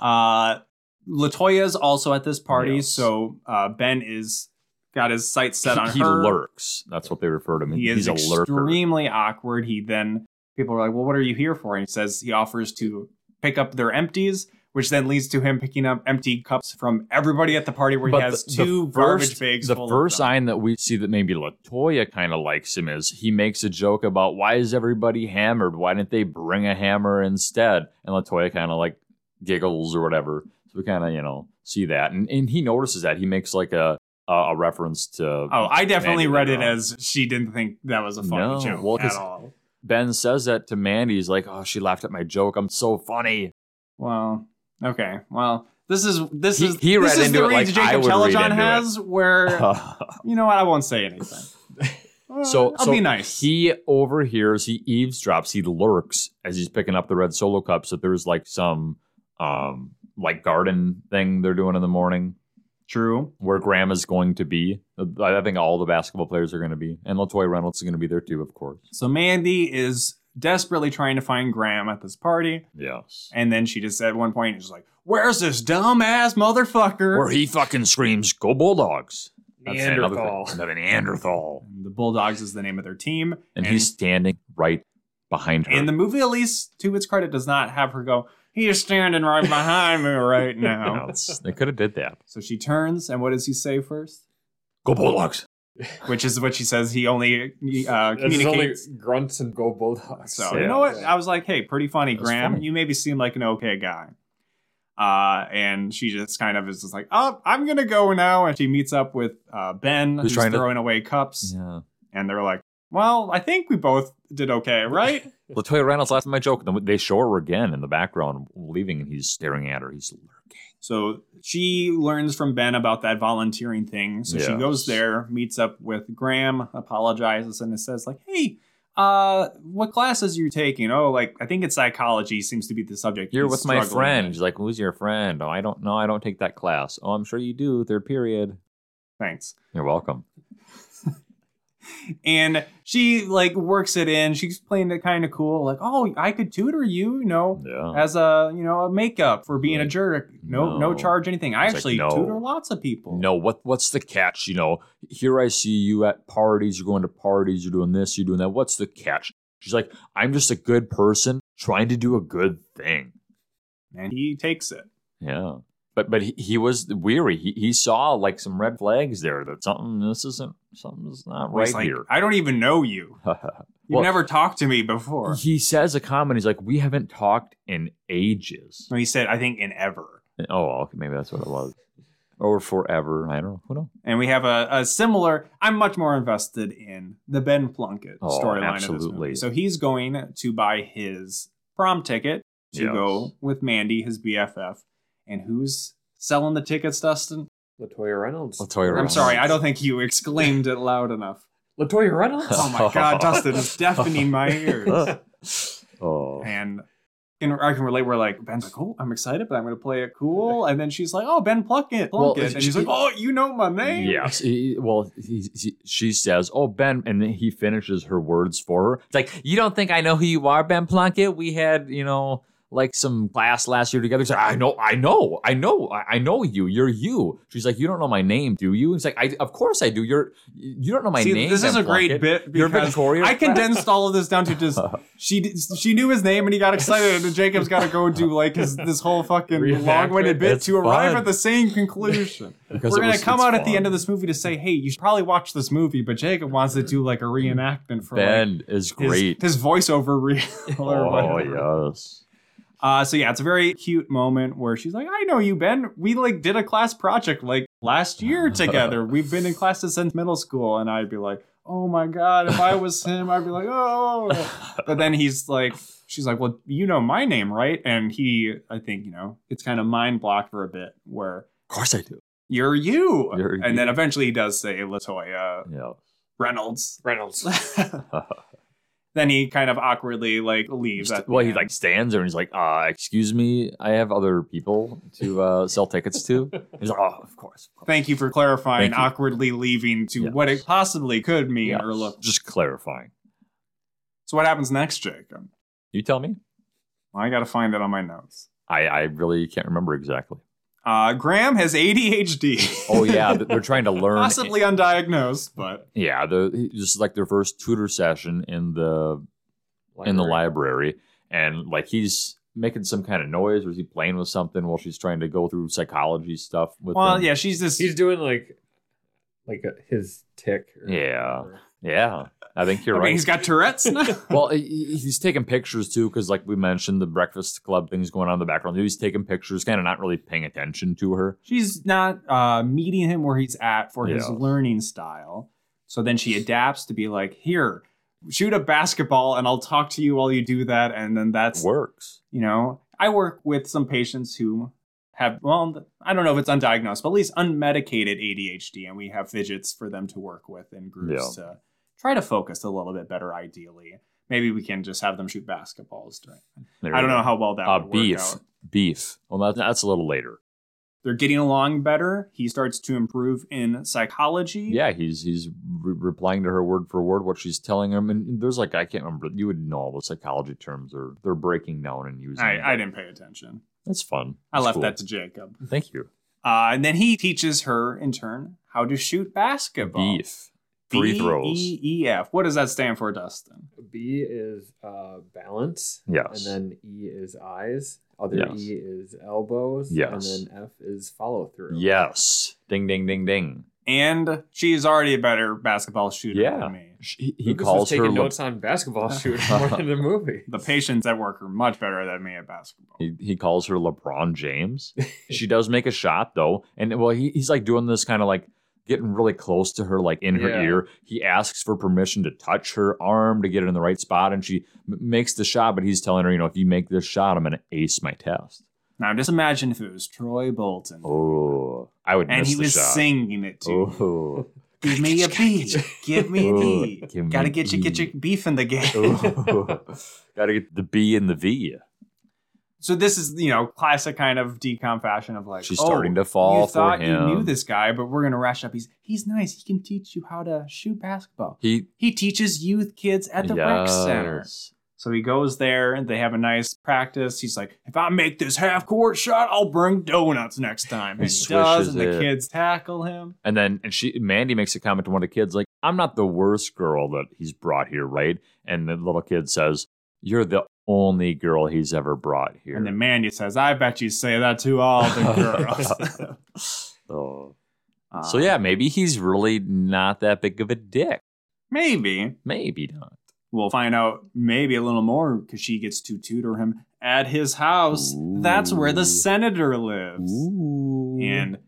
A: Uh, Latoya's also at this party,
B: Yes.
A: so uh, Ben is got his sights set
B: he,
A: on
B: he
A: her.
B: lurks. That's what they refer to him.
A: He is
B: He's a lurker.
A: extremely awkward. He then people are like, "Well, what are you here for?" And he says he offers to pick up their empties, which then leads to him picking up empty cups from everybody at the party, where he has two garbage bags.
B: The
A: full of
B: first
A: them.
B: sign that we see that maybe Latoya kind of likes him is he makes a joke about why is everybody hammered? Why didn't they bring a hammer instead? And Latoya kind of like giggles or whatever. So we kind of you know see that, and and he notices that he makes like a a, a reference to
A: Oh, I definitely
B: Maybe
A: read
B: they're
A: it
B: wrong.
A: as she didn't think that was a funny
B: No,
A: joke
B: well,
A: at
B: 'cause-
A: all.
B: Ben says that to Mandy. He's like, oh, she laughed at my joke. I'm so funny.
A: Well, okay. Well, this is this
B: He-
A: is
B: he
A: this
B: read
A: is
B: into
A: the
B: it
A: read
B: like
A: Jacob
B: I would read
A: Telejon
B: into it. Uh-huh.
A: has, where you know what? I won't say anything. Uh,
B: so
A: I'll
B: so
A: be nice.
B: He overhears, he eavesdrops, he lurks as he's picking up the red solo cups that there's like some um like garden thing they're doing in the morning
A: True.
B: where Graham is going to be. I I think all the basketball players are going to be, and Latoya Reynolds is going to be there too, of course.
A: So Mandy is desperately trying to find Graham at this party,
B: Yes.
A: and then she just at one point is like, "Where's this dumbass motherfucker?"
B: Where he fucking screams, "Go Bulldogs!" another thing.
C: Neanderthal.
B: Another Neanderthal,
A: And the Bulldogs is the name of their team,
B: and, he's standing right behind her.
A: and the movie, at least to its credit, does not have her go. He is standing right behind me right
B: You
A: now.
B: know, it's- they could have did that.
A: So she turns, and what does he say first?
B: Go Bulldogs.
A: Which is what she says. He only uh,
C: This is only
A: communicates.
C: grunts and go bulldogs.
A: So
B: Yeah.
A: you know what? I was like, hey, pretty funny,
B: That's
A: Graham.
B: funny.
A: You maybe seem like an okay guy. Uh, and she just kind of is just like, oh, I'm gonna go now. And she meets up with uh, Ben,
B: Who's
A: who's,
B: trying to-
A: throwing away cups,
B: Yeah.
A: and they're like, well, I think we both did okay, right?
B: Latoya Reynolds laughed at my joke. Then they show her again in the background leaving, and he's staring at her. He's lurking.
A: so she learns from Ben about that volunteering thing. So she
B: Yes.
A: goes there, meets up with Graham, apologizes, and says like, hey. uh, what classes are you taking? Oh, like I think it's psychology seems to be the subject.
B: You're
A: he's
B: with my
A: struggling
B: friend.
A: with.
B: She's like, who's your friend? Oh, I don't know. I don't take that class. Oh, I'm sure you do. Third period.
A: Thanks.
B: You're welcome.
A: And she like works it in. She's playing it kind of cool. Like, oh, I could tutor you, you know,
B: Yeah.
A: as a you know a makeup for being a
B: Like,
A: jerk. No, no,
B: no.
A: charge anything. I
B: It's like,
A: actually
B: no.
A: tutor lots of people.
B: No, what what's the catch? You know, here I see you at parties, you're going to parties, you're doing this, you're doing that. What's the catch? She's like, I'm just a good person trying to do a good thing.
A: and he takes it.
B: Yeah. But but he, he was weary. He he saw like some red flags there that something this isn't something's not right
A: He's like,
B: here.
A: I don't even know you. You've
B: Well-
A: never talked to me before.
B: he says a comment, he's like, We haven't talked in ages.
A: No, he said, I think in ever.
B: Oh well, okay, maybe that's what it was. Or forever. I don't know. Who knows?
A: And we have a, a similar. I'm much more invested in the Ben Plunkett
B: Oh,
A: storyline of this
B: absolutely.
A: movie. So he's going to buy his prom ticket to
B: Yes.
A: go with Mandy, his BFF. And who's selling the tickets, Dustin?
C: Latoya Reynolds.
B: Latoya
A: I'm
B: Reynolds.
A: sorry, I don't think you exclaimed it loud enough.
C: Latoya Reynolds.
A: Oh my God, Dustin is deafening my ears.
B: Oh.
A: And can, I can relate. We're like, Ben's like, oh, I'm excited, but I'm going to play it cool. And then she's like, oh, Ben Plunkett. Plunkett.
B: Well,
A: and she's
B: she-
A: like, oh, you know my name.
B: Yes. He- well, he, he- she says, "Oh, Ben," and then he finishes her words for her. It's like, "You don't think I know who you are, Ben Plunkett? We had, you know, like some class last year together." He's like, "I know, I know, I know, I I know you. You're you." She's like, "You don't know my name, do you?" He's like, "I, of course I do. You're, you don't know my
A: See,
B: name."
A: this is
B: Ben
A: a great
B: Plunkett.
A: bit
B: You're
A: because
B: Victoria.
A: I condensed all of this down to just she did- she knew his name and he got excited and Jacob's got to go do like his this whole fucking
C: Reenactment.
A: long-winded bit
B: It's
A: to arrive
B: fun.
A: at the same conclusion.
B: Because
A: We're
B: it
A: gonna
B: was-
A: come
B: it's
A: out at the
B: fun.
A: end of this movie to say, hey, you should probably watch this movie, but Jacob wants to do like a reenactment for like,
B: Ben is
A: his-
B: great.
A: his, voiceover reel. or
B: oh
A: whatever.
B: yes.
A: Uh, so yeah, it's a very cute moment where she's like, "I know you, Ben. We like did a class project like last year together. We've been in classes since middle school." And I'd be like, "Oh my god, if I was him, I'd be like, oh." But then he's like, "She's like, well, you know my name, right?" And he, I think, you know, it's kind of mind blocked for a bit where
B: Of course I do.
A: you're you,
B: You're
A: and
B: you.
A: then eventually he does say Latoya
B: Yeah.
A: Reynolds.
C: Reynolds.
A: then he kind of awkwardly like leaves. at the
B: well, he
A: end.
B: like stands there and he's like, uh, excuse me, I have other people to uh, sell tickets to. He's like, oh, of course. of course."
A: Thank you for clarifying
B: Thank you.
A: awkwardly leaving to
B: Yes.
A: what it possibly could mean
B: Yeah,
A: or look.
B: Just clarifying.
A: So what happens next, Jacob?
B: You tell me.
A: Well, I got to find it on my notes.
B: I, I really can't remember exactly.
A: Uh, Graham has ADHD.
B: Oh, yeah. th- They're trying to learn.
A: possibly undiagnosed, but
B: Yeah. The, this is like their first tutor session in the in the library. And like he's making some kind of noise or is he playing with something while she's trying to go through psychology stuff with
A: well,
B: him?
A: yeah, she's just
C: He's doing like, like a, his tick. or-
B: Yeah.
C: or-
B: Yeah. I think
A: I
B: you're
A: mean,
B: right.
A: he's got Tourette's now.
B: well, he- he- he's taking pictures too, because like we mentioned, the Breakfast Club thing's going on in the background. He's taking pictures, kind of not really paying attention to her.
A: she's not uh, meeting him where he's at for his
B: Yeah.
A: learning style. So then she adapts to be like, here, shoot a basketball and I'll talk to you while you do that. And then that's
B: Works.
A: you know i work with some patients who have well i don't know if it's undiagnosed but at least unmedicated adhd and we have fidgets for them to work with in groups to try to focus a little bit better ideally maybe we can just have them shoot basketballs during
B: There
A: i
B: you
A: don't
B: go.
A: know how well that
B: Uh,
A: would work
B: beef.
A: out
B: Beef. Well, that, that's a little later.
A: they're getting along better he starts to improve in psychology
B: Yeah, he's he's re- replying to her word for word what she's telling him, and there's like I can't remember. You would know all the psychology terms, or they're breaking down and using.
A: i,
B: them.
A: I didn't pay attention
B: That's fun.
A: i
B: That's
A: left
B: cool.
A: that to jacob
B: Thank you.
A: uh, and then he teaches her in turn how to shoot basketball
B: Beef. E Free throws.
A: b-e-e-f what does that stand for dustin
C: B is uh, balance.
B: Yes.
C: And then E is eyes. Other
B: Yes.
C: E is elbows.
B: Yes.
C: And then F is follow through.
B: Yes. Ding ding ding ding.
A: and she's already a better basketball shooter
B: Yeah.
A: than me.
B: She, he
C: Lucas
B: calls
C: was taking
B: her. Le-
C: notes on basketball shooting more than the movie.
A: The patients at work are much better than me at basketball.
B: He, he calls her LeBron James. she does make a shot though, and well, he, he's like doing this kind of like getting really close to her, like in her
C: Yeah.
B: ear. He asks for permission to touch her arm to get it in the right spot, and she m- makes the shot. But he's telling her, you know, if you make this shot, I'm gonna ace my test.
A: Now just imagine if it was Troy Bolton
B: Oh, I would
A: and
B: miss
A: he
B: the
A: was
B: shot.
A: singing it to you.
B: Oh,
A: Give me a beef. Give me an
B: Ooh,
A: E.
B: Oh, give me Oh.
A: Gotta
B: an
A: get you, get
B: E.
A: your beef in the game.
B: Ooh. Gotta get the B and the V.
A: so this is, you know, classic kind of decom fashion of like,
B: She's
A: oh,
B: starting to fall
A: you
B: for
A: thought
B: him.
A: you knew this guy, but we're gonna rash up. He's he's nice. He can teach you how to shoot basketball.
B: He
A: He teaches youth kids at the rec center.
B: Yes.
A: So he goes there and they have a nice practice. He's like, if I make this half court shot, I'll bring donuts next time.
B: He
A: And he, does,
B: swishes
A: and the
B: it.
A: kids tackle him.
B: And then and she Mandy makes a comment to one of the kids like, "I'm not the worst girl that he's brought here, right?" And the little kid says, "You're the only girl he's ever brought here."
A: And then Mandy says, I bet you say that to all the girls.
B: oh.
A: Uh,
B: So yeah, maybe he's really not that big of a dick.
A: maybe
B: Maybe not.
A: we'll find out maybe a little more because she gets to tutor him at his house. That's where
B: Ooh.
A: the senator lives.
B: Ooh.
A: And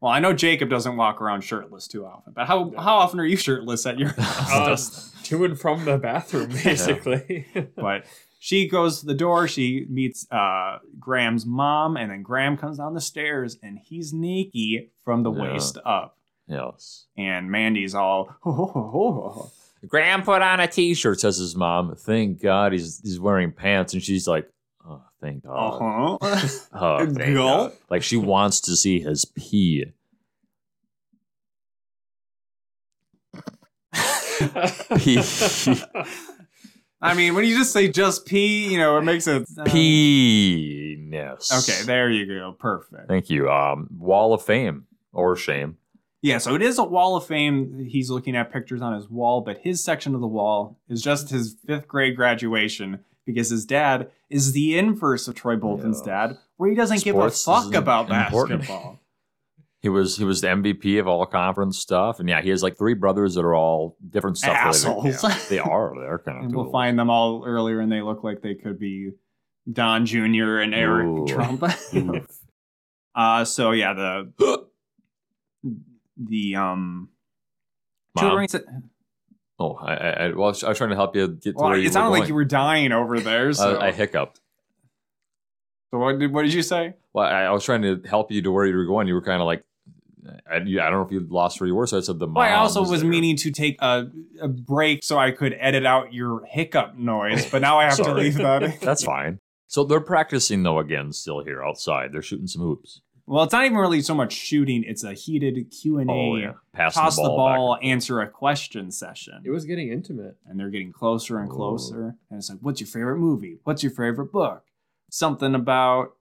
A: well, I know Jacob doesn't walk around shirtless too often, but how
C: No.
A: how often are you shirtless at your house?
C: Uh, to and from the bathroom, basically.
A: but she goes to the door. She meets uh, Graham's mom, and then Graham comes down the stairs, and he's naked from the
B: Yeah.
A: waist up.
B: yes.
A: And Mandy's all, oh, oh, oh, oh.
B: Graham put on a t-shirt says his mom. Thank God he's he's wering pants and she's like, "Oh, thank
A: uh
B: God."
A: huh.
B: Oh,
A: Good
B: thank
A: girl.
B: God. Like she wants to see his pee.
A: I mean, when you just say just pee, you know, it makes it
B: Penis.
A: Um, Okay, there you go. Perfect.
B: Thank you. Um, Wall of Fame or shame.
A: Yeah, so it is a wall of fame. He's looking at pictures on his wall, but his section of the wall is just his fifth grade graduation because his dad is the inverse of Troy Bolton's
B: Yeah.
A: dad, where he doesn't
B: Sports
A: give a fuck
B: isn't
A: about
B: important.
A: basketball.
B: He was he was the MVP of all conference stuff, and yeah, he has like three brothers that are all different stuff.
A: Assholes.
B: Yeah, they are. They're kind of.
A: and we'll
B: doodles.
A: find them all earlier, and they look like they could be Don Jr. and Eric
B: Ooh.
A: Trump. uh, so yeah, the the um
B: Mom?
A: tutoring se-
B: Oh, I, I, I, well, I was I was trying to help you get to
A: Well,
B: where you
A: it sounded
B: were
A: like you were uh, dying over there.
B: going.
A: So,
B: I, I hiccuped.
A: so what, did, what did you say?
B: Well, I, I was trying to help you to where you were going. You were kind of like, I, you- I don't know if you lost where you were. So I said the mom.
A: Well, I also was
B: there.
A: meaning to take a, a break so I could edit out your hiccup noise, but now I have to
B: Sorry.
A: leave that. in.
B: That's fine. So they're practicing though again, still here outside. They're shooting some hoops.
A: Well, it's not even really so much shooting; it's a heated Q and A,
B: passing
A: toss
B: Oh,
A: the
B: the ball.
A: ball, answer a question session,
C: it was getting intimate.
A: and they're getting closer and
B: Ooh.
A: closer. And it's like, "What's your favorite movie? What's your favorite book? Something about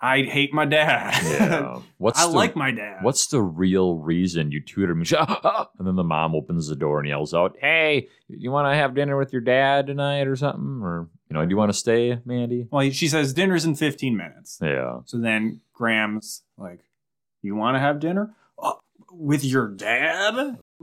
A: I hate my dad.
B: back. Yeah. What's
A: I
B: the,
A: like my dad.
B: What's the real reason you tutor me? And then the mom opens the door and yells out, "Hey, you want to have dinner with your dad tonight or something? Or you know, do you want to stay, Mandy?"
A: Well, she says dinner's in fifteen minutes.
B: Yeah.
A: So then Graham's like, "You want to have dinner "Oh, with your dad?"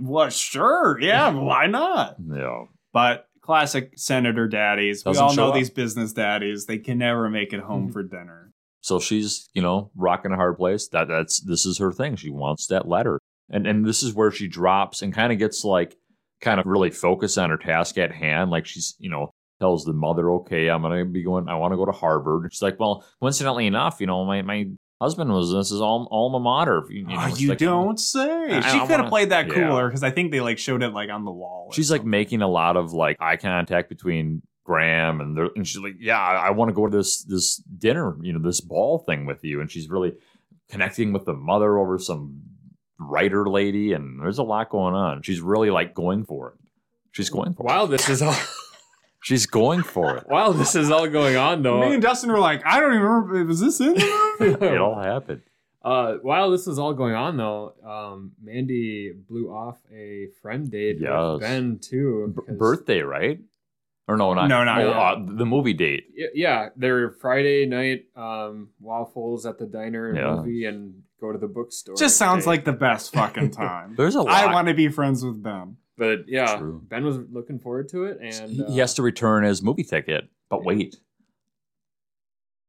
A: What? Sure, yeah. Why not?
B: Yeah.
A: But classic senator daddies.
B: Doesn't
A: we all
B: show
A: know
B: up. Mm-hmm.
A: these business daddies. They can never make it home for dinner.
B: So she's, you know, rocking a hard place. That that's this is her thing. She wants that letter. And and this is where she drops and kind of gets like kind of really focused on her task at hand. Like she's, you know, tells the mother, okay, I'm gonna be going, I wanna go to Harvard. And she's like, Well, coincidentally enough, you know, my my husband was this is al- alma mater. You, know,
A: Oh,
B: it's
A: you
B: like- mm.
A: don't say.
B: I- I
A: she
B: don't
A: could have
B: wanna-
A: played that
B: yeah.
A: cooler because I think they like showed it like on the wall. or
B: She's like
A: something.
B: making a lot of like eye contact between Graham and the, and she's like, yeah, I, I want to go to this this dinner, you know, this ball thing with you, and she's really connecting with the mother over some writer lady, and there's a lot going on. She's really like going for it. She's going for it.
C: While this is all
B: She's going for it.
C: while this is all going on though.
A: Me and Dustin were like, I don't even remember. Was this in? the movie?"
B: It all happened.
C: Uh, while this was all going on, though, um, Mandy blew off a friend date
B: Yes.
C: with Ben too.
B: B-
C: 'cause-
B: birthday, right? Or no, not
A: No, not
B: oh,
C: yet.
B: uh, the movie date.
C: Y- yeah, their Friday night um, waffles at the diner and
B: Yeah.
C: movie and go to the bookstore.
A: Just sounds
C: date.
A: like the best fucking time.
B: There's a lot.
A: I want to be friends with them.
C: But yeah,
B: True.
C: Ben was looking forward to it, and
B: he
C: uh,
B: he has to return his movie ticket, but wait.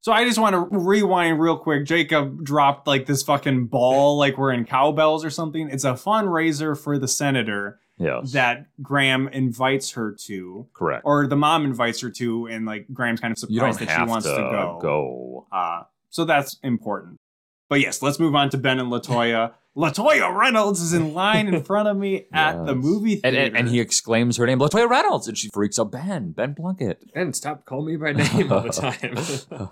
A: So I just want to rewind real quick. Jacob dropped like this fucking ball, like we're in cowbells or something. It's a fundraiser for the senator
B: Yes,
A: that Graham invites her to,
B: correct.
A: or the mom invites her to, and like Graham's kind of
B: you don't
A: surprised that she
B: have
A: wants to, go.
B: go.
A: Uh, so that's important. But yes, let's move on to Ben and Latoya. Latoya Reynolds is in line in front of me at the
B: Yes.
A: movie
B: And,
A: theater.
B: and, and he exclaims her name, Latoya Reynolds, and she freaks out, Ben, Ben Plunkett.
C: And stop calling me by name all the time.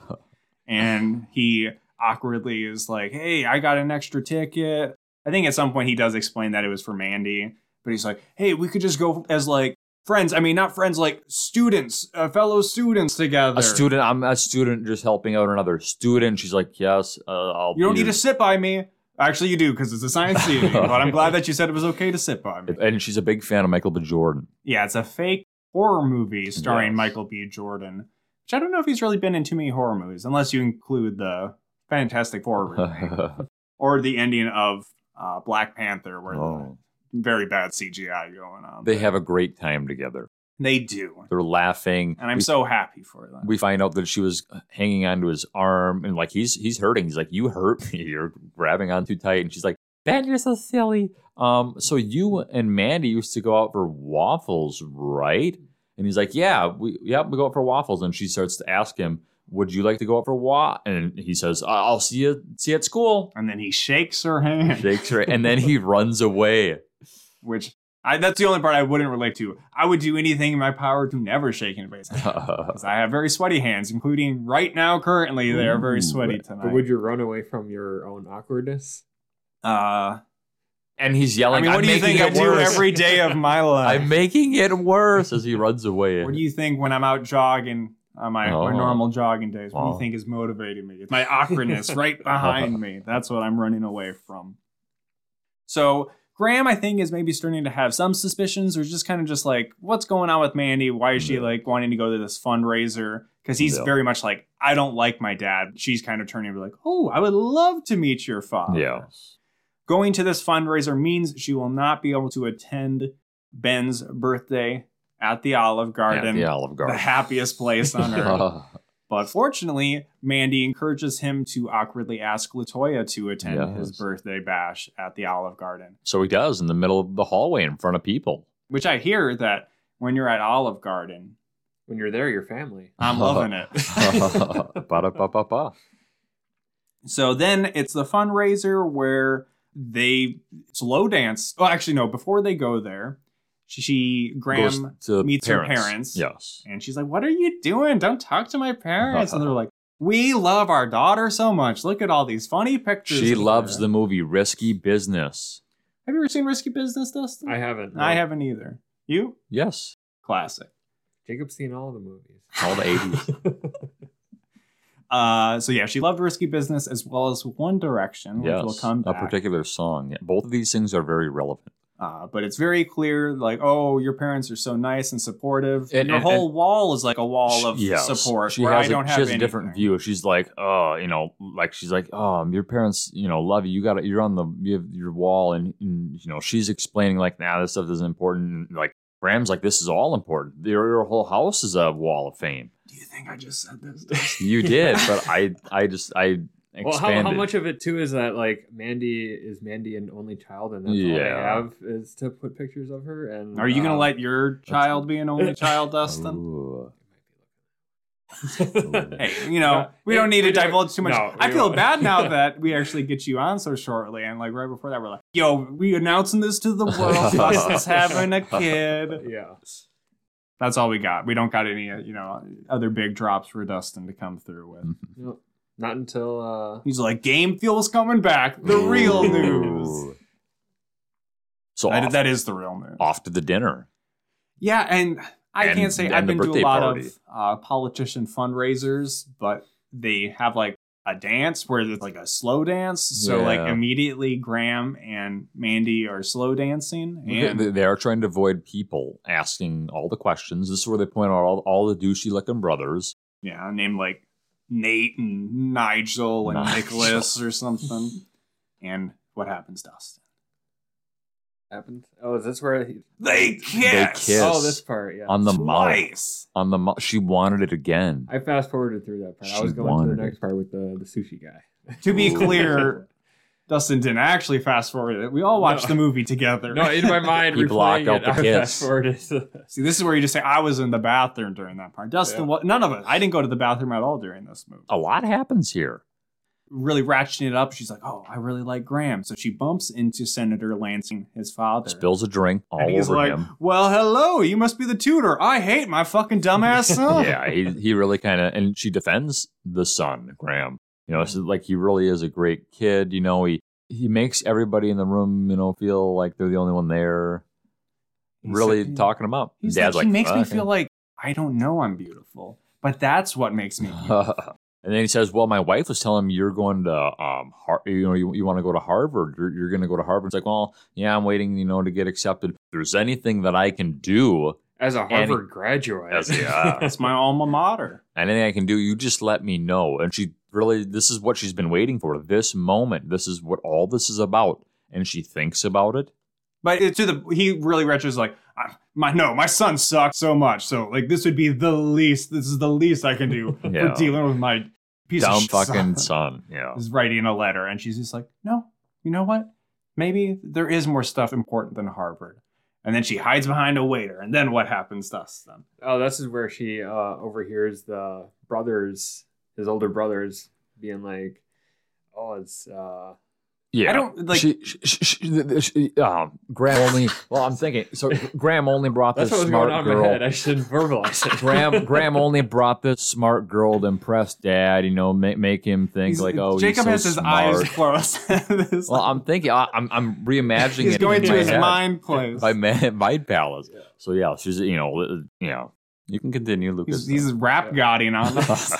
A: and he awkwardly is like, "Hey, I got an extra ticket." I think at some point he does explain that it was for Mandy, but he's like, "Hey, we could just go as like friends. I mean, not friends, like students, uh, fellow students together.
B: a student, I'm a student just helping out another student. She's like, yes, uh, I'll
A: You don't
B: be
A: need to sit by me. Actually, you do because it's a science seating. but I'm glad that you said it was okay to sit by me.
B: your-" And she's a big fan of Michael B. Jordan.
A: Yeah, it's a fake horror movie starring
B: Yes.
A: Michael B. Jordan, which I don't know if he's really been in too many horror movies, unless you include the Fantastic Four remake. or the ending of uh, Black Panther, where
B: Oh.
A: the very bad CGI going on.
B: They have a great time together.
A: They do,
B: They're laughing.
A: and I'm
B: we,
A: so happy for them.
B: we find out that she was hanging onto his arm and like he's he's hurting. He's like, You hurt me. You're grabbing on too tight. And she's like, Ben, you're so silly. Um, so you and Mandy used to go out for waffles, right? And he's like, Yeah, we yeah, we go out for waffles. And she starts to ask him, Would you like to go out for what? And he says, "I- I'll see you see you at school.
A: and then he shakes her hand,
B: Shakes her and then he runs away.
A: which I, that's the only part I wouldn't relate to. I would do anything in my power to never shake anybody's hand. Because I have very sweaty hands, including right now, currently, they are very
B: Ooh.
A: sweaty tonight.
C: but would you run away from your own awkwardness?
A: uh,
B: and he's
A: I
B: yelling,
A: mean, what
B: I'm
A: do you
B: making
A: think I
B: it
A: do
B: worse.
A: every day of my life?
B: I'm making it worse as he runs away.
A: What do you think when I'm out jogging on my,
B: Oh.
A: my normal jogging days? What do
B: Wow.
A: you think is motivating me? It's my awkwardness right behind me. That's what I'm running away from. So Graham, I think, is maybe starting to have some suspicions, or just kind of just like, what's going on with Mandy? Why is she
B: Yeah.
A: like wanting to go to this fundraiser? Because he's
B: Yeah.
A: very much like, I don't like my dad. She's kind of turning to be like, oh, I would love to meet your father.
B: yeah.
A: Going to this fundraiser means she will not be able to attend Ben's birthday at the Olive Garden
B: At the Olive Garden.
A: the happiest place on earth. but fortunately, Mandy encourages him to awkwardly ask Latoya to attend his
B: Yes.
A: birthday bash at the Olive Garden,
B: so he does in the middle of the hallway in front of people.
A: which I hear that when you're at Olive Garden,
C: When you're there, your family.
A: I'm loving it.
B: Ba-da-ba-ba-ba.
A: So then it's the fundraiser where they slow dance. Well, actually, no, before they go there, she, Graham,
B: Goes to
A: meets her parents.
B: Yes.
A: And she's like, What are you doing? Don't talk to my parents. and they're like, We love our daughter so much. Look at all these funny pictures.
B: She
A: of
B: loves
A: her."
B: the movie Risky Business.
A: Have you ever seen Risky Business, Dustin?
C: I haven't.
A: I haven't either. You?
B: Yes.
A: Classic.
C: Jacob's seen all the movies.
B: All the 80s.
A: Uh, so yeah, she loved Risky Business as well as One Direction, which
B: yes.
A: will come
B: a
A: back.
B: particular song. Yeah, Both of these things are very relevant.
A: uh, but it's very clear, like, oh, your parents are so nice and supportive.
B: And-
A: your
B: and-
A: whole wall is like a wall
B: She-
A: of
B: yes.
A: support.
B: She
A: where
B: has,
A: I don't
B: a,
A: have
B: she has a
A: anything.
B: different view. She's like, oh, you know, like she's like, oh, your parents, you know, love you. You got you're on the you have your wall, and, and, you know, she's explaining like, nah, this stuff isn't important. And, like Graham's like, this is all important. Your, your whole house is a wall of fame.
A: Do you think I just said this?
B: You did, but I, I just, I expanded.
C: Well, how, how much of it too is that like Mandy is Mandy an only child, and that's all I
B: Yeah.
C: have is to put pictures of her. And
A: are you gonna
C: um,
A: let your child be an only child, Dustin?
B: Ooh.
A: Hey, you know, we
C: Yeah,
A: don't need
C: we
A: to
C: don't-
A: divulge too much.
C: no,
A: I
C: we
A: feel
C: won't.
A: bad now that we actually get you on so shortly, and like right before that, we're like, "Yo, we announcing this to the world. Dustin's having a kid."
C: Yeah.
A: That's all we got. We don't got any, uh, you know, other big drops for Dustin to come through with.
C: No, not until uh,
A: He's like, "Game Fuel's coming back. The real news."
B: Ooh. So
A: That-
B: off,
A: that is the real news.
B: off to the dinner.
A: Yeah, and I
B: And-
A: can't say
B: and
A: I've
B: the
A: been to a
B: birthday
A: lot
B: party.
A: of uh, politician fundraisers, but they have like a dance where it's like a slow dance. So
B: Yeah.
A: like immediately Graham and Mandy are slow dancing,
B: They-
A: and
B: They, they are trying to avoid people asking all the questions. This is where they point out all, all the douchey looking brothers.
A: yeah, named like Nate and Nigel and
B: Nigel.
A: Nicholas or something. and what happens, Dustin?
C: happens. Oh, is this where? He,
A: They kiss.
B: kiss.
C: Oh, this part. Yeah.
B: On the mouth.
A: twice.
B: On the mouth. She wanted it again.
C: I fast forwarded through that part. I
B: She
C: was going to
B: wanted
C: the next
B: it.
C: part with the the sushi guy.
A: To be
B: Ooh.
A: clear, Dustin didn't actually fast forward it. We all watched
C: No.
A: the movie together.
C: No, in my mind,
B: He
C: replaying
B: blocked out
C: it,
B: the
C: I
B: kiss.
C: fast forwarded. to this.
A: See, this is where you just say, I was in the bathroom during that part. Dustin,
C: Yeah.
B: Oh.
A: wa- none of us. I didn't go to the bathroom at all during this movie.
B: A lot happens here.
A: really ratcheting it up. She's like, "Oh, I really like Graham." So she bumps into Senator Lansing, his father.
B: Spills a drink all
A: and he's
B: over
A: like,
B: him.
A: "Well, hello. You must be the tutor. I hate my fucking dumbass son."
B: yeah, he, he really kind of, and she defends the son, Graham. You know, so like he really is a great kid. You know, he he makes everybody in the room, you know, feel like they're the only one there.
A: He's
B: really
A: like,
B: talking him up.
A: He's
B: Dad's
A: like, he makes me
B: "Fuck
A: feel
B: him."
A: like I don't know I'm beautiful, but that's what makes me. Beautiful.
B: and then he says, "Well, my wife was telling me you're going to um, Har- you know, you, you want to go to Harvard. You're, you're going to go to Harvard." It's like, "Well, yeah, I'm waiting, you know, to get accepted. If there's anything that I can do,
C: as a
B: And-
C: Harvard graduate.
B: As- yeah.
A: That's my alma mater.
B: anything I can do, you just let me know. And she really, this is what she's been waiting for. This moment, this is what all this is about. And she thinks about it.
A: But it, to the he really retches like "I- my no, my son sucks so much. So like this would be the least. This is the least I can do
B: Yeah.
A: for dealing with my piece of
B: Dumb
A: shit
B: fucking
A: son.
B: son. Yeah.
A: Is writing a letter, and she's just like, no, you know what? Maybe there is more stuff important than Harvard. And then she hides behind a waiter, and then what happens to us then?
C: oh, this is where she uh, overhears the brothers, his older brothers, being like, "Oh, it's uh,
B: Yeah.
A: I don't like.
B: she, she, she, she, she- um, Graham only. Well, I'm thinking. So Graham only brought
C: that's
B: this
C: what was
B: smart
C: going on in my head."
B: girl.
C: I shouldn't verbalize it.
B: Graham Graham only brought this smart girl to impress dad. You know, make make him think
A: he's-
B: like, oh, he's
A: Jacob
B: so
A: has his
B: smart.
A: eyes closed. It's
B: Well,
A: like-
B: I'm thinking. I, I'm I'm reimagining
A: he's
B: it
A: going
B: in
A: to
B: my
A: his
B: head.
A: mind place.
B: by Mad Mind Palace.
C: Yeah.
B: So yeah, she's you know li- you know you can continue, Lucas.
A: He's, he's rap godding on us.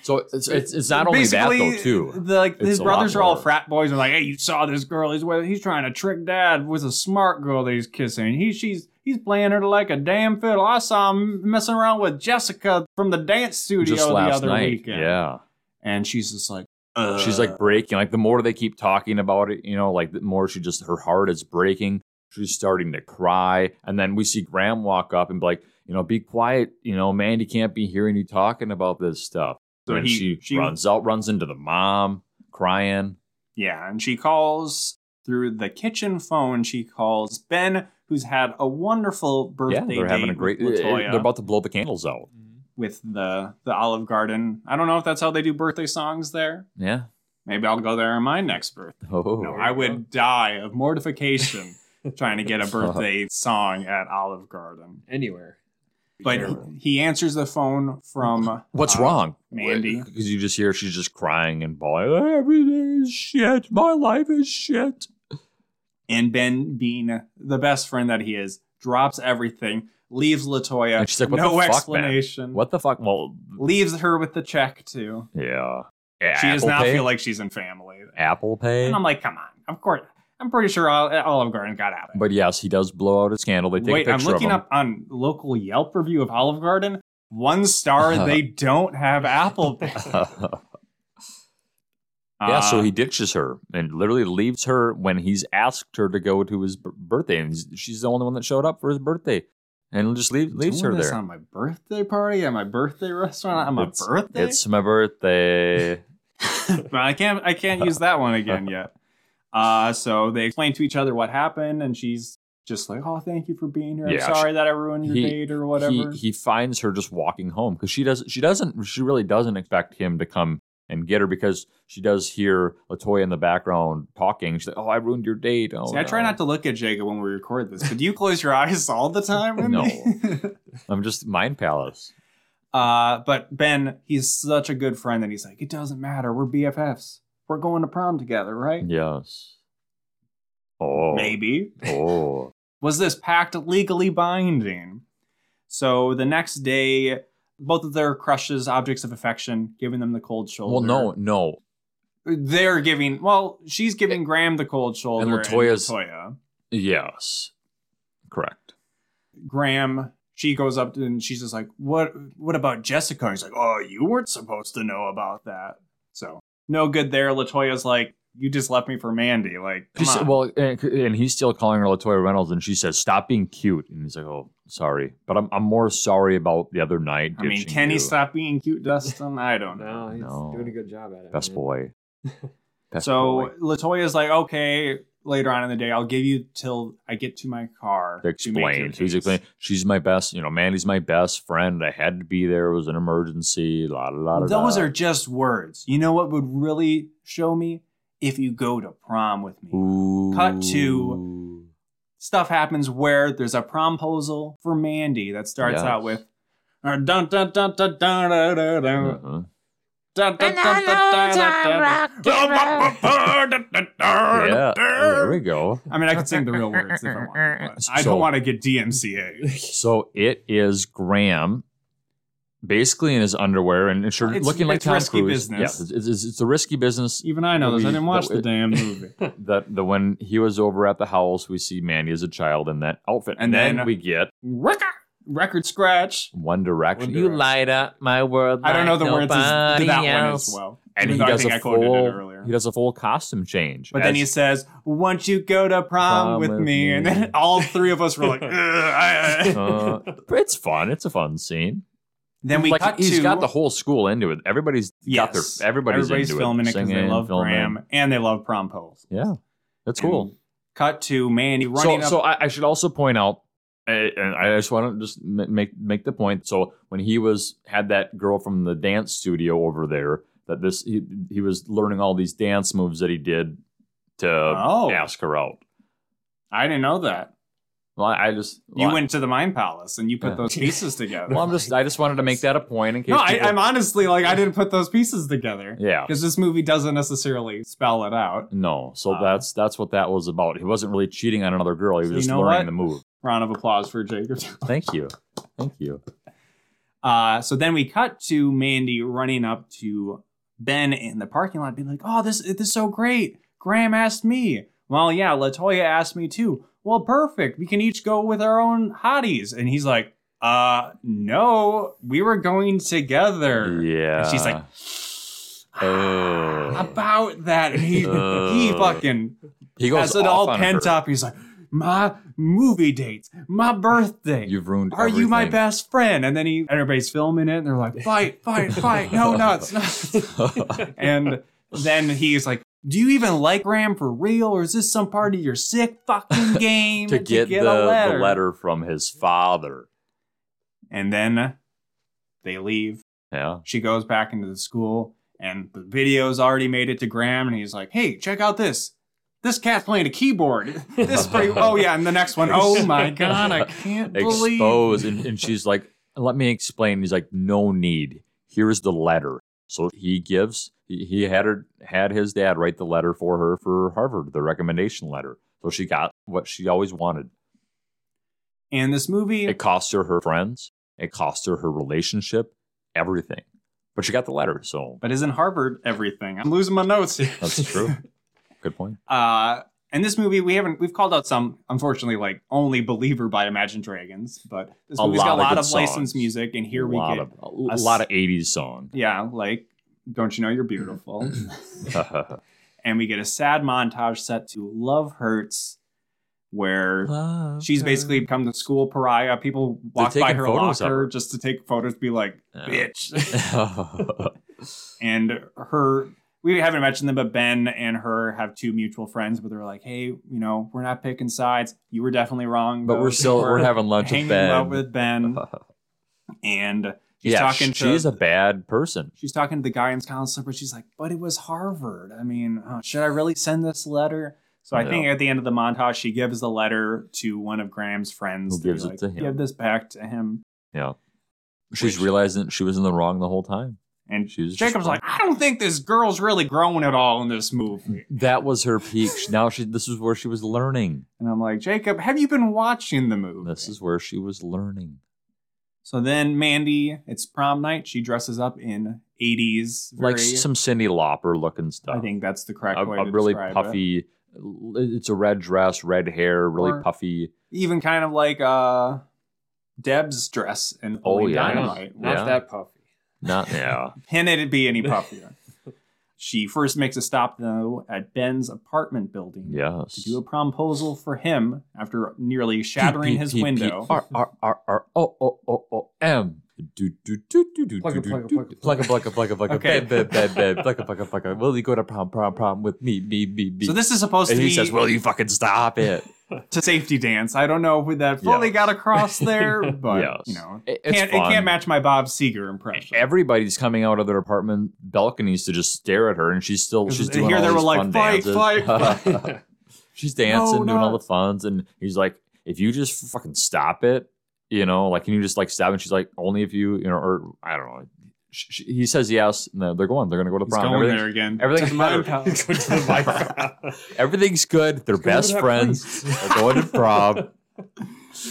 B: so it's it's, it's not only that
A: Basically,
B: though too.
A: The, like his
B: It's a lot
A: brothers are all
B: more.
A: frat boys and like, hey, you saw this girl? He's with, he's trying to trick dad with a smart girl that he's kissing. He she's he's playing her like a damn fiddle. I saw him messing around with Jessica from the dance studio
B: Just
A: the
B: last
A: other
B: night,
A: weekend.
B: yeah,
A: and she's just like, uh,
B: she's like breaking. Like the more they keep talking about it, you know, like the more she just her heart is breaking. She's starting to cry, and then we see Graham walk up and be like, you know, be quiet, you know, Mandy can't be hearing you talking about this stuff.
A: So
B: and
A: he-
B: she,
A: she-
B: runs out, runs into the mom, crying.
A: yeah, and she calls through the kitchen phone. She calls Ben, who's had a wonderful
B: yeah,
A: birthday.
B: they're having a
A: date
B: great. eh,
A: with Latoya.
B: They're about to blow the candles out.
A: with the the Olive Garden. I don't know if that's how they do birthday songs there.
B: Yeah.
A: Maybe I'll go there on my next birthday.
B: Oh.
A: No, I would die of mortification trying to get a birthday song at Olive Garden.
C: anywhere.
A: But he- he answers the phone from
B: What's
A: uh,
B: wrong,
A: Mandy.
B: Because you just hear she's just crying and bawling. Everything is shit. My life is shit.
A: and Ben, being the best friend that he is, drops everything, leaves Latoya.
B: And she's like, "What
A: no
B: the fuck, man?
A: explanation.
B: What the fuck? Well,
A: Leaves her with the check too.
B: yeah. yeah
A: she does
B: Apple
A: not
B: Pay? Eh.
A: feel like she's in family.
B: Apple Pay.
A: And I'm like, come on. Of course, I'm pretty sure Ol- Olive Garden got out. of it.
B: But yes, he does blow out his candle. They take
A: Wait,
B: a
A: I'm
B: picture
A: looking
B: of him.
A: up on local Yelp review of Olive Garden. One star, they don't have Apple Pay.
B: yeah, so
A: Uh,
B: he ditches her and literally leaves her when he's asked her to go to his b- birthday, and he's- she's the only one that showed up for his birthday, and just leave, leaves
A: Ah, doing
B: her
A: this
B: there.
A: on my birthday party at my birthday restaurant on my
B: It's-
A: birthday.
B: It's my birthday.
A: But I can't. I can't use that one again yet. Uh, so they explain to each other what happened, and she's just like, "Oh, thank you for being here. I'm
B: Yeah,
A: sorry that I ruined your
B: he-
A: date or whatever."
B: He, he finds her just walking home because she does she doesn't she really doesn't expect him to come and get her because she does hear Latoya in the background talking. She's like, "Oh, I ruined your date." Oh,
A: See, I try
B: no."
A: not to look at Jacob when we record this, but do you close your eyes all the time? Wendy?
B: I'm just mind palace.
A: Uh, but Ben, he's such a good friend that he's like, it doesn't matter. We're BFFs. We're going to prom together, right?
B: Yes. Oh.
A: Maybe.
B: Oh.
A: Was this pact legally binding? So the next day, both of their crushes, objects of affection, giving them the cold shoulder.
B: well, no, no.
A: They're giving, well, she's giving Graham the cold shoulder.
B: Eh. Latoya's-
A: Latoya.
B: Yes. Correct.
A: Graham, she goes up to, and she's just like, "What? What about Jessica?" And he's like, "Oh, you weren't supposed to know about that." So no good there. Latoya's like, "You just left me for Mandy." Like,
B: She
A: come
B: said-
A: on.
B: well, and, and he's still calling her Latoya Reynolds, and she says, "Stop being cute." And he's like, "Oh, sorry, but I'm, I'm more sorry about the other night."
A: I mean,
B: ditching
A: can he
B: you."
A: stop being cute, Dustin? I don't know.
C: No, he's
B: No.
C: doing a good job at it.
B: Best
C: man.
A: uh,
B: boy. Best
A: so Latoya's like, "Okay, later on in the day. I'll give you till I get to my car.
B: to
A: to make your
B: explain. He's
A: case.
B: explaining, she's my best, you know, Mandy's my best friend. I had to be there. It was an emergency. La la la. la,
A: Those
B: la.
A: are just words. You know what would really show me? If you go to prom with me.
B: Ooh.
A: Cut to- Stuff happens where there's a promposal for Mandy that starts
B: Yes.
A: out with. uh, dun, dun, dun, dun, dun, dun, dun, dun.
B: Uh-huh.
A: Dun, dun,
D: And I
A: dun, dun, dun, dun,
D: know it's a rock
A: dun, dun.
B: Yeah. Oh, there we go.
A: I mean, I could sing the real words if I want. but I
B: So-
A: don't want to get DMCA.
B: So it is Graham, basically in his underwear and and sure,
A: It's-
B: looking like
A: it's
B: Tom
A: risky
B: Cruise.
A: business.
B: Yes, it's, it's, it's a risky business.
A: Even I know this. I didn't watch
B: That we-
A: the damn movie.
B: That the when he was over at the house, we see Mandy as a child in that outfit,
A: And then-
B: we get
A: Record, record scratch.
B: One Direction.
C: One You Direction.
B: light up my world.
A: I don't know the words to to that one as well.
B: And
A: even
B: he
A: though
B: does
A: I think
B: a
A: I quoted
B: full.
A: it earlier.
B: He does a full costume change.
A: But then
B: as-
A: he says, "Won't you go to prom, with, me? And then all three of us were like, Ugh, I, I.
B: Uh, it's fun. It's a fun scene.
A: "Then we
B: like,
A: cut
B: he's
A: to
B: got the whole school into it. Everybody's got
A: Yes.
B: their everybody's,
A: everybody's
B: into
A: filming it
B: it
A: because
B: Singing,
A: they love
B: filming.
A: Graham and they love prom pose."
B: Yeah, that's cool.
A: Cut to Mandy
B: So,
A: running up.
B: so I, I should also point out, uh, and I just want to just ma- make make the point. So when he was had that girl from the dance studio over there, that this he, he was learning all these dance moves that he did to
A: Oh.
B: ask her out.
A: I didn't know that
B: Well, I, I just
A: you
B: well,
A: went to the Mind Palace and you put
B: Yeah.
A: those pieces together.
B: Well, I'm just I just wanted to make that a point in case.
A: no, I,
B: people-
A: I'm honestly like I didn't put those pieces together
B: yeah.
A: because this movie doesn't necessarily spell it out.
B: No, so
A: Uh,
B: that's that's what that was about. He wasn't really cheating on another girl. He was
A: So you
B: just
A: know
B: learning
A: what?
B: the move.
A: Round of applause for Jacob.
B: Thank you, thank you.
A: Uh, so then we cut to Mandy running up to Ben in the parking lot, being like, "Oh, this this is so great. Graham asked me. Well, yeah, Latoya asked me too. Well, perfect. We can each go with our own hotties." And he's like, "Uh, no, we were going together."
B: Yeah.
A: And she's like,
B: Oh.
A: "About that." And he he
B: Oh.
A: fucking
B: he
A: has it
B: off
A: all
B: on
A: pent
B: her.
A: up. He's like, "My movie dates, my birthday."
B: You've ruined.
A: Are you my
B: everything.
A: best friend? And then he, and everybody's filming it, and they're like, fight, fight, fight, no nuts, nuts. And then he's like, do you even like Graham for real, or is this some part of your sick fucking game
B: to get, the,
A: a letter?
B: the letter from his father?
A: And then they leave.
B: Yeah.
A: She goes back into the school, and the video's already made it to Graham, and he's like, hey, check out this. This cat's playing a keyboard. This pretty. Oh yeah, and the next one. Oh my god, I can't believe.
B: Expose, and, and she's like, "Let me explain." He's like, "No need. Here's the letter." So he gives. He, he had her had his dad write the letter for her for Harvard, the recommendation letter. So she got what she always wanted.
A: And this movie,
B: It cost her her friends. It cost her her relationship. Everything. But she got the letter. So
A: But isn't Harvard everything? I'm losing my notes here.
B: that's true. Good point.
A: Uh, and this movie, we haven't we've called out some, unfortunately, like only Believer by Imagine Dragons, but this
B: A
A: movie's got a
B: lot of
A: lot
B: good
A: of, licensed
B: songs.
A: music, and here
B: a
A: we
B: lot
A: get
B: of a,
A: a
B: lot
A: s-
B: of '80s song.
A: yeah, like don't you know you're beautiful, and we get a sad montage set to Love Hurts, where. She's basically become the school pariah. People walk by
B: taking
A: her
B: photos of
A: locker
B: her.
A: just to take photos, be like,
B: Yeah.
A: bitch. and her we haven't mentioned them, but Ben and her have two mutual friends, but they're like, hey, you know, we're not picking sides. You were definitely wrong.
B: but
A: though.
B: we're still we're having lunch
A: Oh, hanging
B: with Ben.
A: out with Ben, and she's
B: yeah,
A: talking.
B: she's
A: to,
B: a bad person.
A: she's talking to the guidance counselor, but she's like, but it was Harvard. I mean, uh, should I really send this letter? So I
B: No.
A: think at the end of the montage, she gives the letter to one of Graham's friends.
B: Who
A: to be
B: gives it
A: like,
B: to him.
A: Give this back to him.
B: Yeah, she's
A: Which-
B: realizing she was in the wrong the whole time.
A: And
B: She was just
A: Jacob's
B: wrong.
A: like, I don't think this girl's really grown at all in this movie.
B: That was her peak. She- now she this is where she was learning.
A: And I'm like, Jacob, have you been watching the movie?
B: This is where she was learning.
A: so then Mandy, it's prom night. She dresses up in 80s, very,
B: Like some Cindy Lauper looking stuff.
A: I think that's the correct
B: a,
A: way
B: a
A: to
B: really
A: describe It.
B: puffy. It's a red dress, red hair, really
A: Or-
B: puffy.
A: Even kind of like uh, Deb's dress in
B: Oh,
A: Holy
B: yeah.
C: Not,
A: Dynamite.
B: Yeah.
C: not that puffy.
B: Not yeah.
A: Can it be any puffier? She first makes a stop, though, at Ben's apartment building
B: Yes.
A: to do a promposal for him after nearly shattering his window.
B: R R R R O O O O M. Do do do do do
C: Plugga,
B: do do
C: plugga,
B: do.
C: plugga,
B: Plugga, plugga, plugga, plugga.
A: Okay.
B: Bed, bed, bed, bed. Plugga, plugga, plugga. Will you go to prom, prom, prom with me, me, me, me?
A: So this is supposed
B: and
A: to
B: he
A: be
B: says, "Will you fucking stop it?"
A: to safety dance. I don't know if that fully
B: Yes.
A: got across there, but
B: Yes.
A: you know,
B: It, it's
A: can't, it
B: fun.
A: can't match my Bob Seger impression.
B: Everybody's coming out of their apartment balconies to just stare at her, and she's still
A: Because
B: she's doing
A: here
B: all
A: they
B: these
A: were like,
B: fun
A: "Fight,
B: dances."
A: fight,
B: she's dancing,
A: No,
B: doing all
A: not-
B: the funs, and he's like, "If you just fucking stop it, you know, like, can you just like stop?" And she's like, "Only if you, you know, or I don't know." Sh sh he says yes, and they're- they're going. They're going to go to
A: He's
B: prom.
A: going
B: Everything-
A: there again.
B: everything's
A: To my
B: better.
A: pal.
C: Go to the microphone.
B: Everything's good. They're
C: Go to
B: best
C: that
B: friends.
C: place.
B: They're going to prom.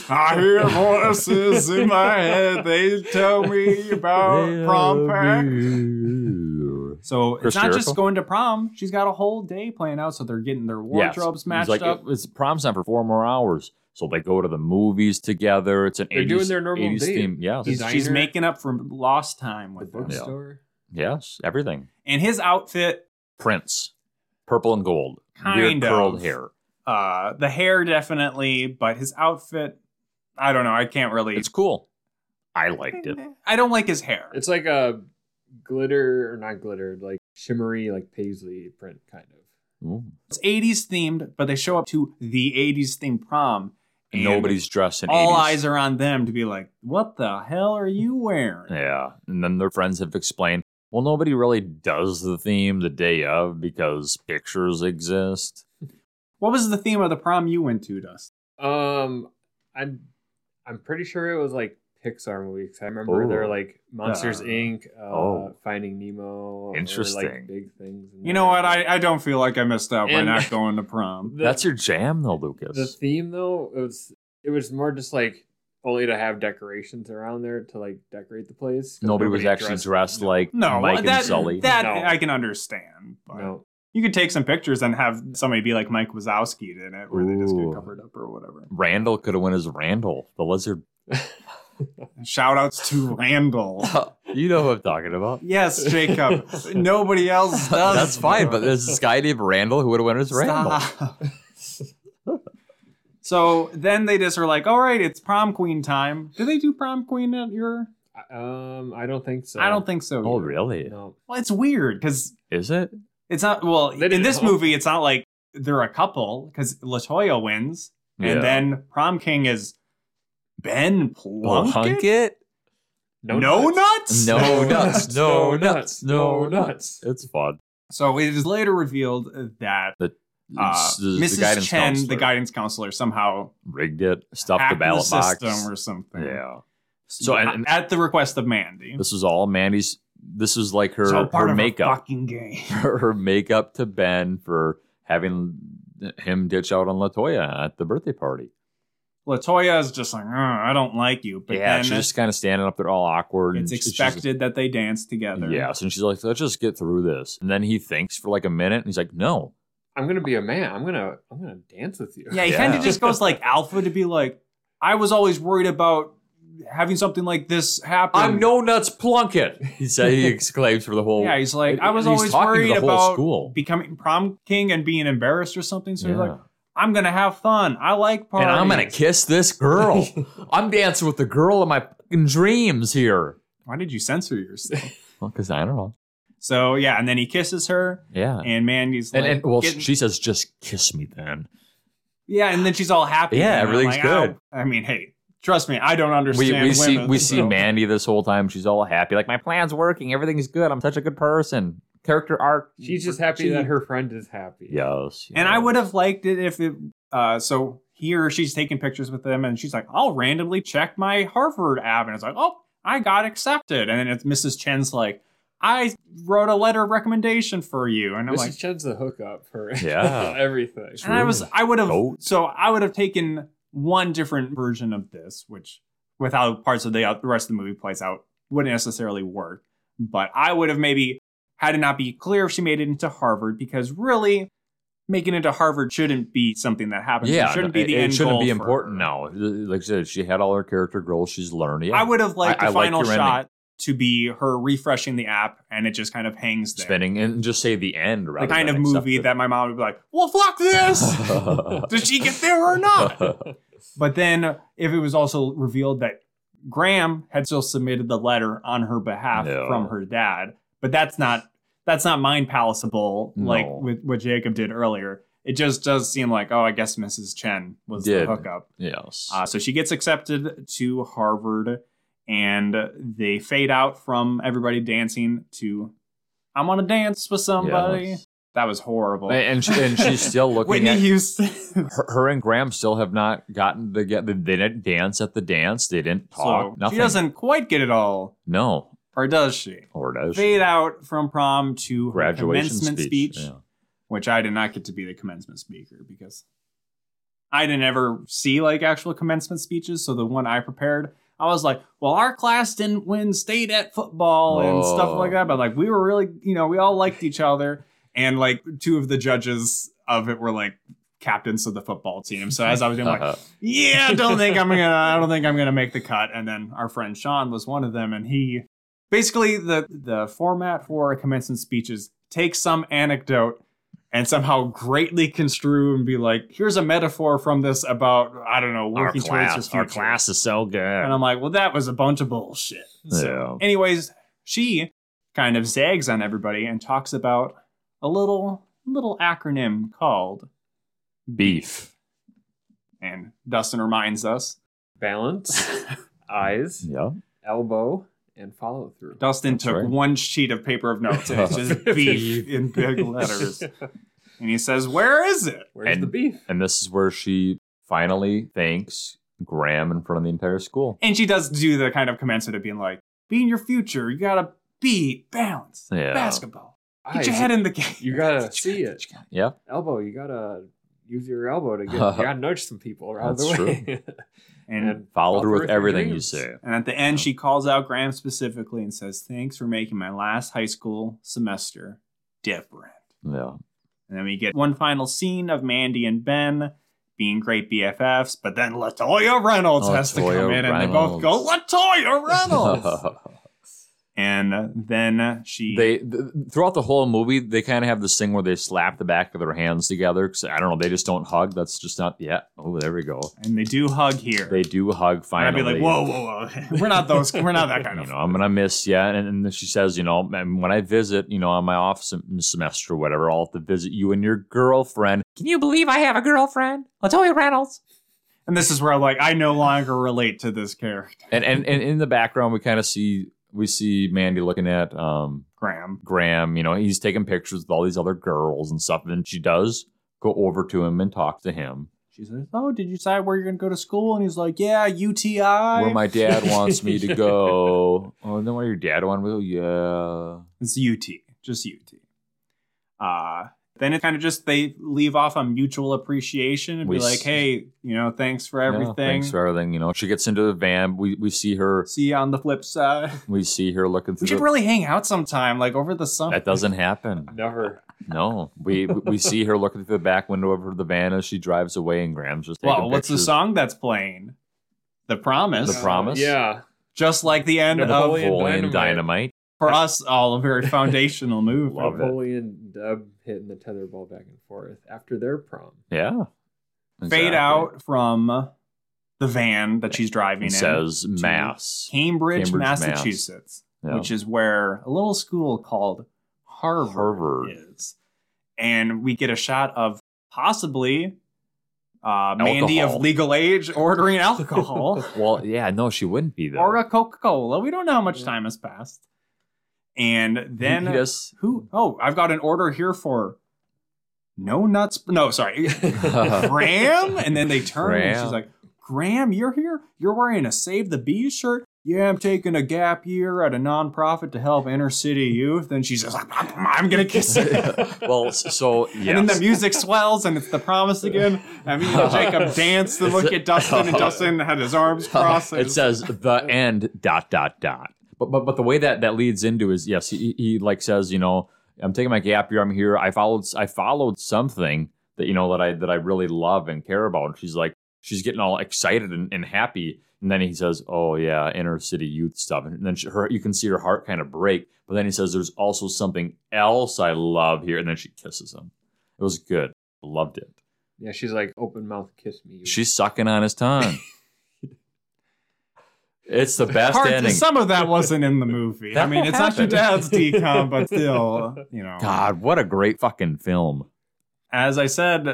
A: I hear voices in my head. They tell me
C: Oh,
A: about prom pack. So
B: Chris
A: it's not
B: Jericho?
A: just going to prom. She's got a whole day planned out, so they're getting their wardrobes
B: He's
A: matched
B: like,
A: up.
B: It's prom's time for four more hours. So they go to the movies together. It's an
C: They're
B: 80s,
C: doing their normal
B: 80s
C: date.
B: theme. Yes.
C: He's-
A: She's, she's
C: diner.
A: making up for lost time
C: The
A: with them.
C: bookstore.
B: yes. Everything.
A: And his outfit,
B: Prince. Purple and gold.
A: Kind
B: Weird curled
A: of.
B: hair.
A: uh, the hair definitely, but his outfit, I don't know. I can't really.
B: It's cool. I liked it.
A: I don't like his hair.
C: It's like a glitter or not glitter, like shimmery, like paisley print kind of.
B: Ooh.
A: It's 80s themed, but they show up to the 80s themed prom.
B: And nobody's dressed in
A: all
B: 80s.
A: eyes are on them to be like, what the hell are you wearing?
B: Yeah. And then their friends have explained, well, nobody really does the theme the day of because pictures exist.
A: What was the theme of the prom you went to, Dust?
C: Um, I'm I'm pretty sure it was like Pixar movies. 'cause I remember
B: Oh.
C: they're like Monsters
A: Uh,
C: Inc. Uh,
B: oh.
C: Finding Nemo. Or,
B: Interesting.
C: like, big things. in
A: You
C: there.
A: know what? I, I don't feel like I missed out by
C: And-
A: not going to prom.
C: The-
B: That's your jam, though, Lucas.
C: the theme though. It was it was more just like only to have decorations around there to like decorate the place. 'cause
B: Nobody, was actually dressed, like
A: No,
B: Mike
A: that,
B: and Sully.
A: that
C: No.
A: I can understand. But
C: No.
A: You could take some pictures and have somebody be like Mike Wazowski in it, where they just
B: Ooh.
A: get covered up or whatever.
B: Randall could have went as Randall, the lizard.
A: Shout outs to Randall.
B: you know who I'm talking about.
A: yes, Jacob. Nobody else does.
B: That's fine, but there's this guy named Randall who would have went as Randall.
A: Stop. so then they just are like, all right, it's prom queen time. Do they do prom queen at your?
C: I- Um, I don't think so.
A: I don't think so.
B: Oh,
A: either.
B: really?
C: No.
A: Well, it's weird because
B: Is it?
A: it's not. Well,
C: They
A: in
C: didn't
A: this
C: know.
A: movie, it's not like they're a couple because Latoya wins,
B: Yeah.
A: and then prom king is Ben Plunkett.
B: Well, Oh, hunk it?
A: No, nuts.
B: No nuts, no nuts, no
C: nuts.
B: It's fun.
A: So it is later revealed that uh,
B: It's- the- the
A: Mrs.
B: guidance
A: Chen,
B: counselor
A: the guidance counselor, somehow
B: rigged it, stuffed
A: hacked
B: the ballot
A: system
B: box.
A: or something.
B: yeah.
A: So
B: So, and- and-
A: at the request of Mandy.
B: This was all Mandy's. This was like her,
A: It's all
B: her makeup,
A: fucking game.
B: her, makeup to Ben for having him ditch out on Latoya at the birthday party.
A: Latoya is just like, "Uh, I don't like you, but
B: yeah,
A: then
B: she's just kind of standing up there, all awkward.
A: it's
B: and she's-
A: expected that they dance together.
B: Yes, and she's like, "Let's just get through this." And then he thinks for like a minute, and he's like, "No,
C: I'm gonna be a man. I'm gonna I'm gonna dance with you.
A: yeah. He
B: Yeah.
A: kind of just goes like alpha to be like, I was always worried about having something like this happen.
B: I'm no nuts Plunkett." He said he exclaims for the whole.
A: Mm. Yeah, he's like, I was
B: He's
A: always
B: talking to
A: worried
B: the whole
A: about
B: school.
A: becoming prom king and being embarrassed or something. So he's
B: Yeah.
A: like, I'm gonna have fun. I like parties.
B: and I'm gonna kiss this girl. I'm dancing with the girl of my fucking dreams here.
A: Why did you censor yourself?
B: Well, because I don't know.
A: so yeah, and then he kisses her,
B: Yeah,
A: and Mandy's like,
B: and, and well,
A: getting-
B: she says, "Just kiss me then."
A: Yeah, and then she's all happy.
B: Yeah,
A: and I'm
B: everything's good.
A: "Ow." I mean, hey, trust me, I don't
B: We,
A: understand.
B: we see
A: women,
B: we see
A: so-
B: Mandy this whole time. She's all happy, like my plan's working, everything's good. I'm such a good person. Character arc.
C: She's just happy that her friend is happy.
B: Yes,
A: And I
B: yes.
A: would have liked it if it. Uh, so here she's taking pictures with them, and she's like, "I'll randomly check my Harvard app," and it's like, "Oh, I got accepted." And then it's Mrs. Chen's like, "I wrote a letter of recommendation for you," and I'm
C: Mrs.
A: like,
C: Chen's the hookup for
B: Yeah.
C: everything.
A: and I was, I would have,
B: Goat.
A: so I would have taken one different version of this, which with how parts of the, the rest of the movie plays out wouldn't necessarily work. But I would have maybe had it not be clear if she made it into Harvard, because really making it to Harvard shouldn't be something that happens. It
B: Yeah,
A: shouldn't be
B: it-
A: the
B: it
A: end
B: shouldn't
A: goal
B: be
A: for
B: important
A: her.
B: now. Like I said, she had all her character growth. She's learned. Yeah,
A: I would have liked
B: I- I
A: the
B: like
A: final
B: your ending.
A: shot to be her refreshing the app and it just kind of hangs there.
B: spinning and just say the end
A: The
B: rather
A: kind
B: than
A: of movie
B: accepted.
A: that my mom would be like, well, fuck this. Did she get there or not? But then, if it was also revealed that Graham had still submitted the letter on her behalf
B: No.
A: from her dad, but that's not that's not mind palatable like
B: No.
A: with what Jacob did earlier. It just does seem like oh, I guess Mrs. Chen was
B: Did.
A: the hookup.
B: yes
A: Uh, so she gets accepted to Harvard, and they fade out from everybody dancing to "I want to dance with somebody."
B: Yes.
A: That was horrible.
B: and, she, and she's still looking
A: Whitney
B: at
A: Houston.
B: her, her and Graham still have not gotten together. They didn't dance at the dance. They didn't talk.
A: so
B: nothing.
A: she doesn't quite get it all,
B: No,
A: or does she?
B: or does she?
A: Fade out from prom to her
B: graduation
A: commencement
B: speech?
A: speech, which I did not get to be the commencement speaker because I didn't ever see like actual commencement speeches. So the one I prepared, I was like, well, our class didn't win state at football and stuff
B: Oh.
A: like that. But like, we were really, you know, we all liked each other. And like, two of the judges of it were like captains of the football team. So as I was
B: Yeah.
A: doing, like,
B: Uh-huh.
A: yeah, I don't think I'm gonna. I don't think I'm gonna make the cut. And then our friend Sean was one of them, and he basically the the format for a commencement speech is take some anecdote and somehow greatly construe and be like, here's a metaphor from this about I don't know
B: Our
A: working towards
B: class,
A: your
B: our
A: future.
B: class is so good.
A: And I'm like, well, that was a bunch of bullshit. So, anyways, she kind of zags on everybody and talks about a little little acronym called,
B: Beef.
A: and Dustin reminds us.
C: Balance, eyes,
B: Yeah.
C: elbow, and follow through.
A: Dustin
B: That's
A: took
B: right.
A: one sheet of paper of notes and it says beef in big letters. And he says, Where is it?
C: Where's
B: And-
C: the beef?
B: And this is where she finally thanks Graham in front of the entire school.
A: And she does do the kind of commencement of being like, Be in your future. You got to be balanced.
B: Yeah.
A: Basketball. Get
C: Eyes,
A: your head in the game.
C: you gotta see it.
B: Yeah.
C: Elbow, you gotta use your elbow to get. you gotta nudge some people around
B: That's
C: the way.
A: And,
B: Follow through with
C: your
B: everything you
C: dreams.
B: say.
A: and at the end, she calls out Graham specifically and says, Thanks for making my last high school semester different.
B: Yeah.
A: And then we get one final scene of Mandy and Ben being great BFFs, but then Latoya Reynolds has to come
B: Latoya
A: in and they both go, Latoya Reynolds! and then she.
B: they th- throughout the whole movie they kind of have this thing where they slap the back of their hands together 'cause i don't know they just don't hug that's just not yeah oh there we go
A: and they do hug here.
B: they do hug
A: and I'd
B: finally
A: be like, whoa, whoa, whoa. We're not those. We're not that kind
B: you
A: of.
B: know i'm gonna miss you and, and she says you know "And when i visit you know on my off sem- semester or whatever i'll have to visit you and your girlfriend can you believe i have a girlfriend latoya reynolds
A: And this is where I'm like, I no longer relate to this character,
B: and and, and in the background we kind of see we see mandy looking at um
A: Graham.
B: Graham, you know, he's taking pictures with all these other girls and stuff. And she does go over to him and talk to him.
A: She says, "Oh, did you decide where you're going to go to school?" And he's like, "Yeah, UTI."
B: Where my dad wants me to go. Oh, no, where your dad wanted me to go?
A: It's UT, just UT. Uh, then it kind of just they leave off on mutual appreciation and
B: We
A: be like,
B: s-
A: "Hey, you know, thanks for
B: Yeah.
A: everything.
B: Yeah, thanks for everything. You know, she gets into the van. We, we see her.
A: See you on the flip side.
B: We see her looking
A: We
B: through.
A: should
B: the-
A: really hang out sometime, like over the summer."
B: that doesn't happen.
C: Never.
B: No, we we see her looking through the back window of her the van as she drives away, and Graham's just taking
A: well, what's the
B: pictures.
A: song that's playing? The Promise.
B: The Promise?
C: Uh, Yeah.
A: Just like the end of
C: Napoleon
B: Napoleon
C: Dynamite.
B: Dynamite.
A: for us all a very foundational move.
B: Love it.
C: Napoleon and Deb hitting the tether ball back and forth after their prom.
B: Yeah,
A: Fade
B: Exactly.
A: out from the van that she's driving
B: It
A: in.
B: says mass.
A: Cambridge,
B: Cambridge, Mass.
A: Massachusetts,
B: Yeah.
A: which is where a little school called Harvard,
B: Harvard.
A: is. And we get a shot of possibly uh, Mandy of
B: Alcohol.
A: legal age ordering alcohol.
B: Well, yeah, no, she wouldn't be though.
A: or a Coca Cola. We don't know how much
C: Yeah.
A: time has passed. And then
B: he, he does.
A: who? Oh, I've got an order here for no nuts. No, sorry, Graham. And then they turn and
B: Graham.
A: she's like, "Graham, you're here. You're wearing a Save the Bees shirt." Yeah, I'm taking a gap year at a nonprofit to help inner city youth. Then she's just like, "I'm, I'm gonna kiss it."
B: well, s- so yeah,
A: And then the music swells and it's the promise again. I mean, Jacob danced and looked at Dustin, and Dustin had his arms crossed.
B: it says the end dot dot dot. But but but the way that that leads into is yes, he, he like says you know I'm taking my gap year. I'm here. I followed I followed something that you know that I that I really love and care about. And she's like, she's getting all excited and, and happy. And then he says, "Oh yeah, inner city youth stuff." And then she, her, you can see her heart kind of break. But then he says, "There's also something else I love here." And then she kisses him. It was good. Loved it.
C: Yeah, she's like open mouth kiss me.
B: She's sucking on his tongue. it's the best
A: Part-
B: ending.
A: some of that wasn't in the movie. I
B: That
A: mean, it's not your
B: happened.
A: dad's decom, but still, you know.
B: God, what a great fucking film.
A: As I said,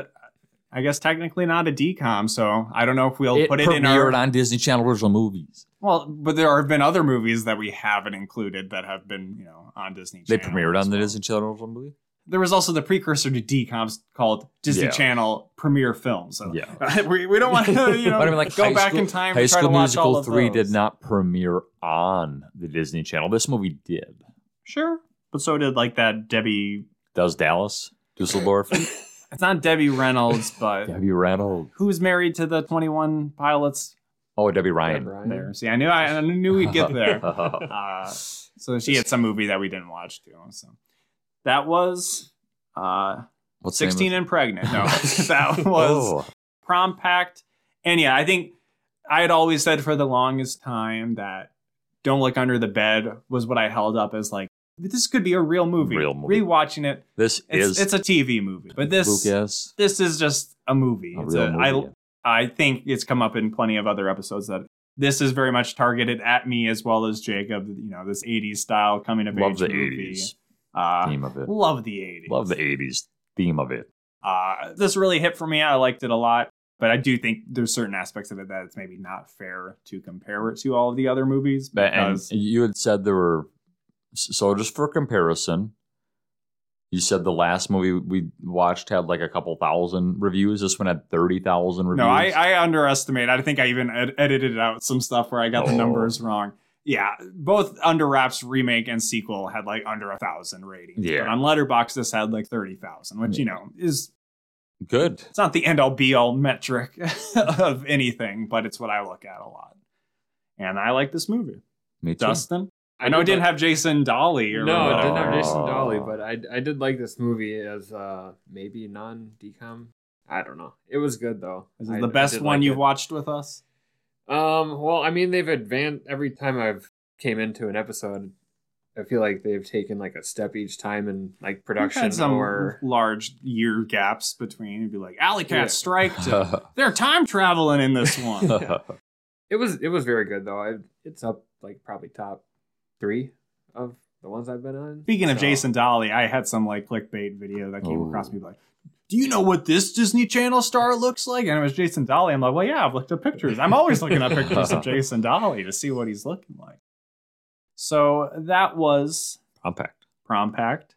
A: I guess technically not a decom, so I don't know if we'll
B: it
A: put it
B: premiered
A: in our.
B: on Disney Channel original movies.
A: well, but there have been other movies that we haven't included that have been, you know, on Disney.
B: They
A: Channel
B: premiered
A: as
B: on the
A: well.
B: Disney Channel original movie.
A: There was also the precursor to decoms called Disney
B: Yeah.
A: Channel Premiere Films. So
B: Yeah.
A: we, we don't want to, you know,
B: But I mean, like,
A: go
B: High
A: back
B: School-
A: in time.
B: High
A: to try
B: School
A: to watch
B: Musical
A: all of
B: 3
A: those.
B: did not premiere on the Disney Channel. This movie did.
A: Sure, but so did like that Debbie.
B: Does Dallas, Dusseldorf,
A: It's not Debbie Reynolds, but
B: Debbie Reynolds.
A: who's married to the Twenty One Pilots?
B: Oh, Debbie Ryan.
C: Ryan.
A: There. See, I knew I, I knew we'd get there.
B: Ryan.
A: Uh, so she had some movie that we didn't watch too. So that was uh,
B: What's the name of-
A: sixteen and pregnant. No, that was
B: Oh,
A: prom pact. And yeah, I think I had always said for the longest time that Don't Look Under the Bed was what I held up as like this could be a real movie.
B: Real movie.
A: Rewatching it,
B: this
A: it's,
B: is
A: it's a TV movie, but this
B: Lucas.
A: this is just a movie.
B: A
A: it's
B: real
A: a,
B: movie.
A: I I think it's come up in plenty of other episodes that this is very much targeted at me as well as Jacob. You know, this '80s style coming of
B: Love
A: age
B: the
A: movie.
B: 80s
A: Uh,
B: theme of it.
A: love the '80s.
B: Love the 80s theme of it.
A: Uh, this really hit for me. I liked it a lot, but I do think there's certain aspects of it that it's maybe not fair to compare it to all of the other movies.
B: But- And
A: because-
B: you had said there were, so just for comparison, you said the last movie we watched had like a couple thousand reviews. This one had 30,000 reviews.
A: no, I, I underestimate. I think I even ed- edited out some stuff where I got the
B: Oh.
A: numbers wrong. Yeah, both Under Wraps remake and sequel had like under a thousand ratings.
B: Yeah.
A: but on Letterboxd this had like thirty thousand, which you know is
B: Good.
A: it's not the end all be all metric of anything, but it's what I look at a lot. And I like this movie,
B: Me too.
A: Dustin. I know it didn't
C: like-
A: have Jason Dolly or
C: No, it
A: whatever.
C: didn't have Jason
B: Oh.
C: Dolly, but I I did like this movie as uh maybe non decom. I don't know. It was good though.
A: This is
C: I-
A: the
C: I
A: best
C: did
A: one
C: like
A: you've
C: it.
A: watched with us.
C: Um, well, I mean, they've advanced every time I've came into an episode. I feel like they've taken like a step each time in like
A: We've
C: production
A: had some
C: or
A: large year gaps between. It'd be like Alley Cat
C: Yeah.
A: Strike. To, they're time traveling in this one.
C: it was it was very good though. I, it's up like probably top three of the ones I've been on.
A: Speaking of
C: So-
A: Jason Dolly, I had some like clickbait video that came
B: Ooh.
A: across me like, "Do you know what this Disney Channel star looks like?" And it was Jason Dolly. I'm like, "Well, yeah, I've looked at pictures. I'm always looking at pictures of Jason Dolly to see what he's looking like." So that was
B: Compact.
A: prom pact.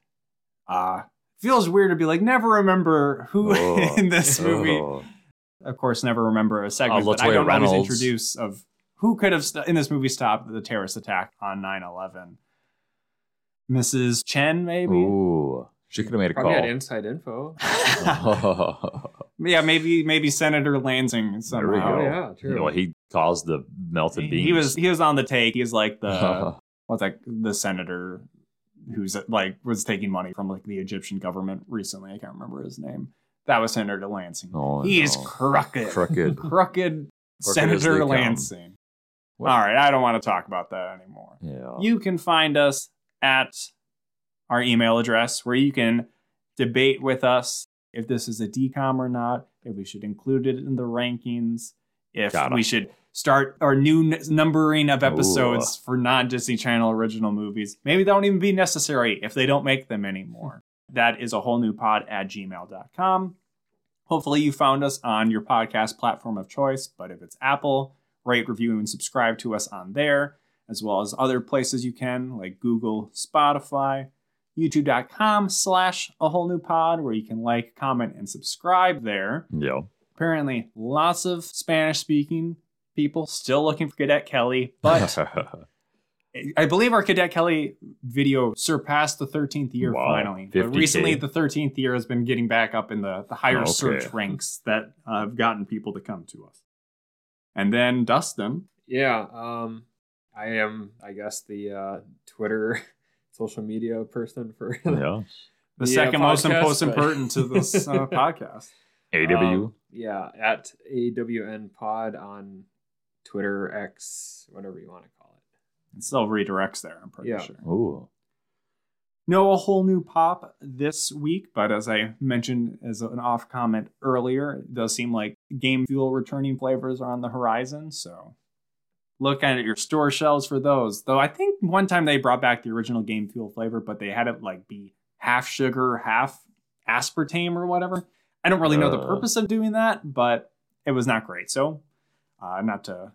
A: Uh, feels weird to be like, never remember who
B: Oh.
A: in this movie.
B: Oh.
A: Of course, never remember a segment
B: Uh,
A: that I
B: Latoya
A: don't always
B: Reynolds.
A: introduce of who could have st- in this movie stopped the terrorist attack on 9 11. Mrs. Chen, maybe?
B: Ooh. She could have made a
C: Probably had
B: call.
C: inside info.
A: yeah, maybe maybe Senator Lansing
B: there we go.
A: somehow.
C: Oh, yeah, true.
B: Well, he caused the melted beans.
A: He was he was on the take. He's like the what's that the senator who's like was taking money from like the Egyptian government recently. I can't remember his name. That was Senator Lansing.
B: Oh,
A: he is
B: no.
A: crooked,
B: crooked.
A: crooked
B: as they
A: Senator
B: come.
A: Lansing.
B: What?
A: All right, I don't want to talk about that anymore.
B: Yeah.
A: You can find us at our email address where you can debate with us if this is a decom or not, if we should include it in the rankings, if
B: Got 'em.
A: we should start our new n- numbering of episodes for non Disney Channel original movies. Maybe they won't even be necessary if they don't make them anymore. That is a whole new pod at gmail.com. Hopefully, you found us on your podcast platform of choice, but if it's Apple, rate, review, and subscribe to us on there, as well as other places you can, like Google, Spotify, youtube.com slash a whole new pod, where you can like, comment, and subscribe there.
B: yeah.
A: Apparently, lots of Spanish speaking people still looking for Cadet Kelly, but I believe our Cadet Kelly video surpassed the 13th year
B: Wow,
A: finally. But
B: 50K.
A: recently, the 13th year has been getting back up in the, the higher
B: Okay.
A: search ranks that uh, have gotten people to come to us. And then Dustin,
C: Yeah, um, I am, I guess, the uh, Twitter social media person for
B: yeah.
A: the
C: Yeah,
A: second most
C: podcast,
A: most
C: but-
A: important to this uh, podcast.
B: AW.
C: Um, yeah, at AWN Pod on Twitter, X, whatever you want to call it.
A: It still redirects there, I'm pretty
C: Yeah.
A: sure.
B: Ooh.
A: No, a whole new pop this week, but as I mentioned as an off comment earlier, it does seem like Game Fuel returning flavors are on the horizon. So look at your store shelves for those. Though I think one time they brought back the original Game Fuel flavor, but they had it like be half sugar, half aspartame or whatever. I don't really know the
B: Uh.
A: purpose of doing that, but it was not great. So, uh, not to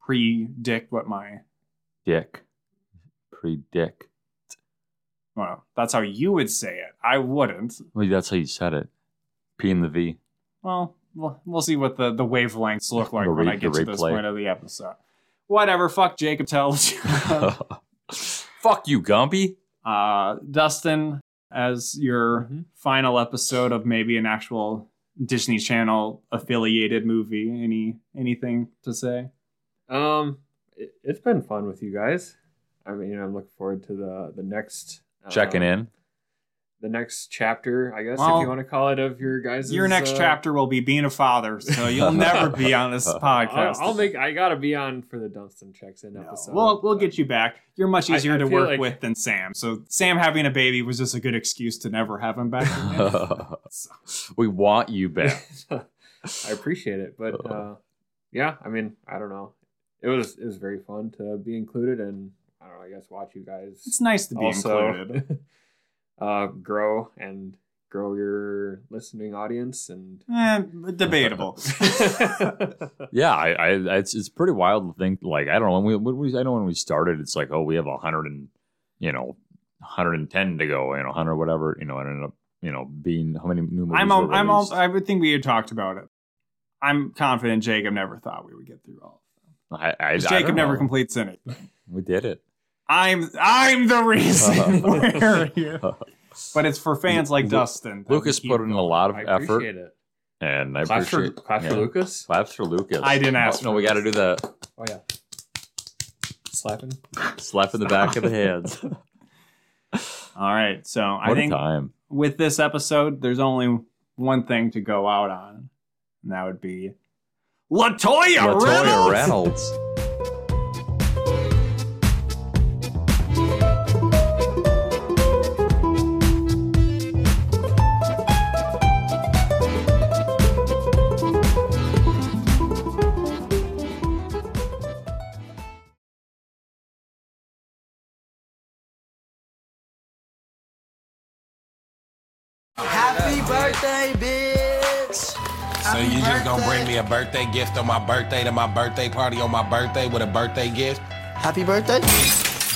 A: predict what my
B: Dick. Predict.
A: well, that's how you would say it. I wouldn't.
B: Well, that's how you said it. P and the V.
A: Well, we'll we'll see what the, the wavelengths look like
B: The
A: when
B: re-
A: I get
B: the
A: to this
B: replay.
A: point of the episode. Whatever, fuck Jacob tells you.
B: Fuck you, Gumpy.
A: uh, Dustin, as your
B: Mm-hmm.
C: Mhm.
A: final episode of maybe an actual Disney Channel affiliated movie, any anything to say?
C: Um, it, it's been fun with you guys. I mean, I'm looking forward to the the next
A: Uh,
C: um,
B: Checking in.
C: the next chapter, I guess,
A: Well,
C: if you want to call it, of your guys.
A: Your next
C: uh,
A: chapter will be being a father, so you'll never be on this
C: I'll,
A: podcast.
C: I'll make. I gotta be on for the Dunstan checks in
A: No,
C: episode.
A: We'll we'll get you back. You're much
C: I-
A: easier
C: I
A: to
C: feel
A: work
C: like-
A: with than Sam. So Sam having a baby was just a good excuse to never have him back. again.
B: we want you back.
C: I appreciate it, but
B: Uh-huh.
C: uh, yeah, I mean, I don't know. It was it was very fun to be included, and I don't know. I guess watch you guys
A: it's nice to be
C: also
A: included.
C: uh, grow and grow your listening audience, and
A: Eh, debatable.
B: yeah, I, I, it's it's pretty wild to think. Like, I don't know. When we, when we, I know when we started, it's like, oh, we have a hundred and, you know, hundred and ten to go, you know, hundred whatever, you know, and ended up, you know, being how many new movies?
A: I'm
B: were
A: al- I'm al-
B: released?
A: I would think we had talked about it. I'm confident Jacob never thought we would get through all.
B: I, I, I
A: 'Cause
B: don't
A: Jacob never
B: know.
A: completes anything.
B: We did it.
A: I'm I'm the reason we're here. But it's for fans like
B: Lu-
A: Dustin. that
B: Lucas
A: we keep
B: put in a
A: going.
B: lot of
C: I
B: effort,
C: appreciate it.
B: and I
C: Clap for,
B: appreciate
C: clap for
B: yeah.
C: Lucas.
B: Claps for Lucas.
A: I didn't ask.
B: No,
A: for
B: we
A: this.
B: got to do the
C: Oh yeah, slapping.
B: slap in the back of the hands. what
A: All right. So I
B: a
A: think
B: time!
A: with this episode, there's only one thing to go out on, and that would be Latoya,
B: Latoya
A: Reynolds.
B: Reynolds.
D: Happy birthday, bitch!
E: So you just gonna bring me a birthday gift on my birthday to my birthday party on my birthday with a birthday gift?
D: Happy birthday?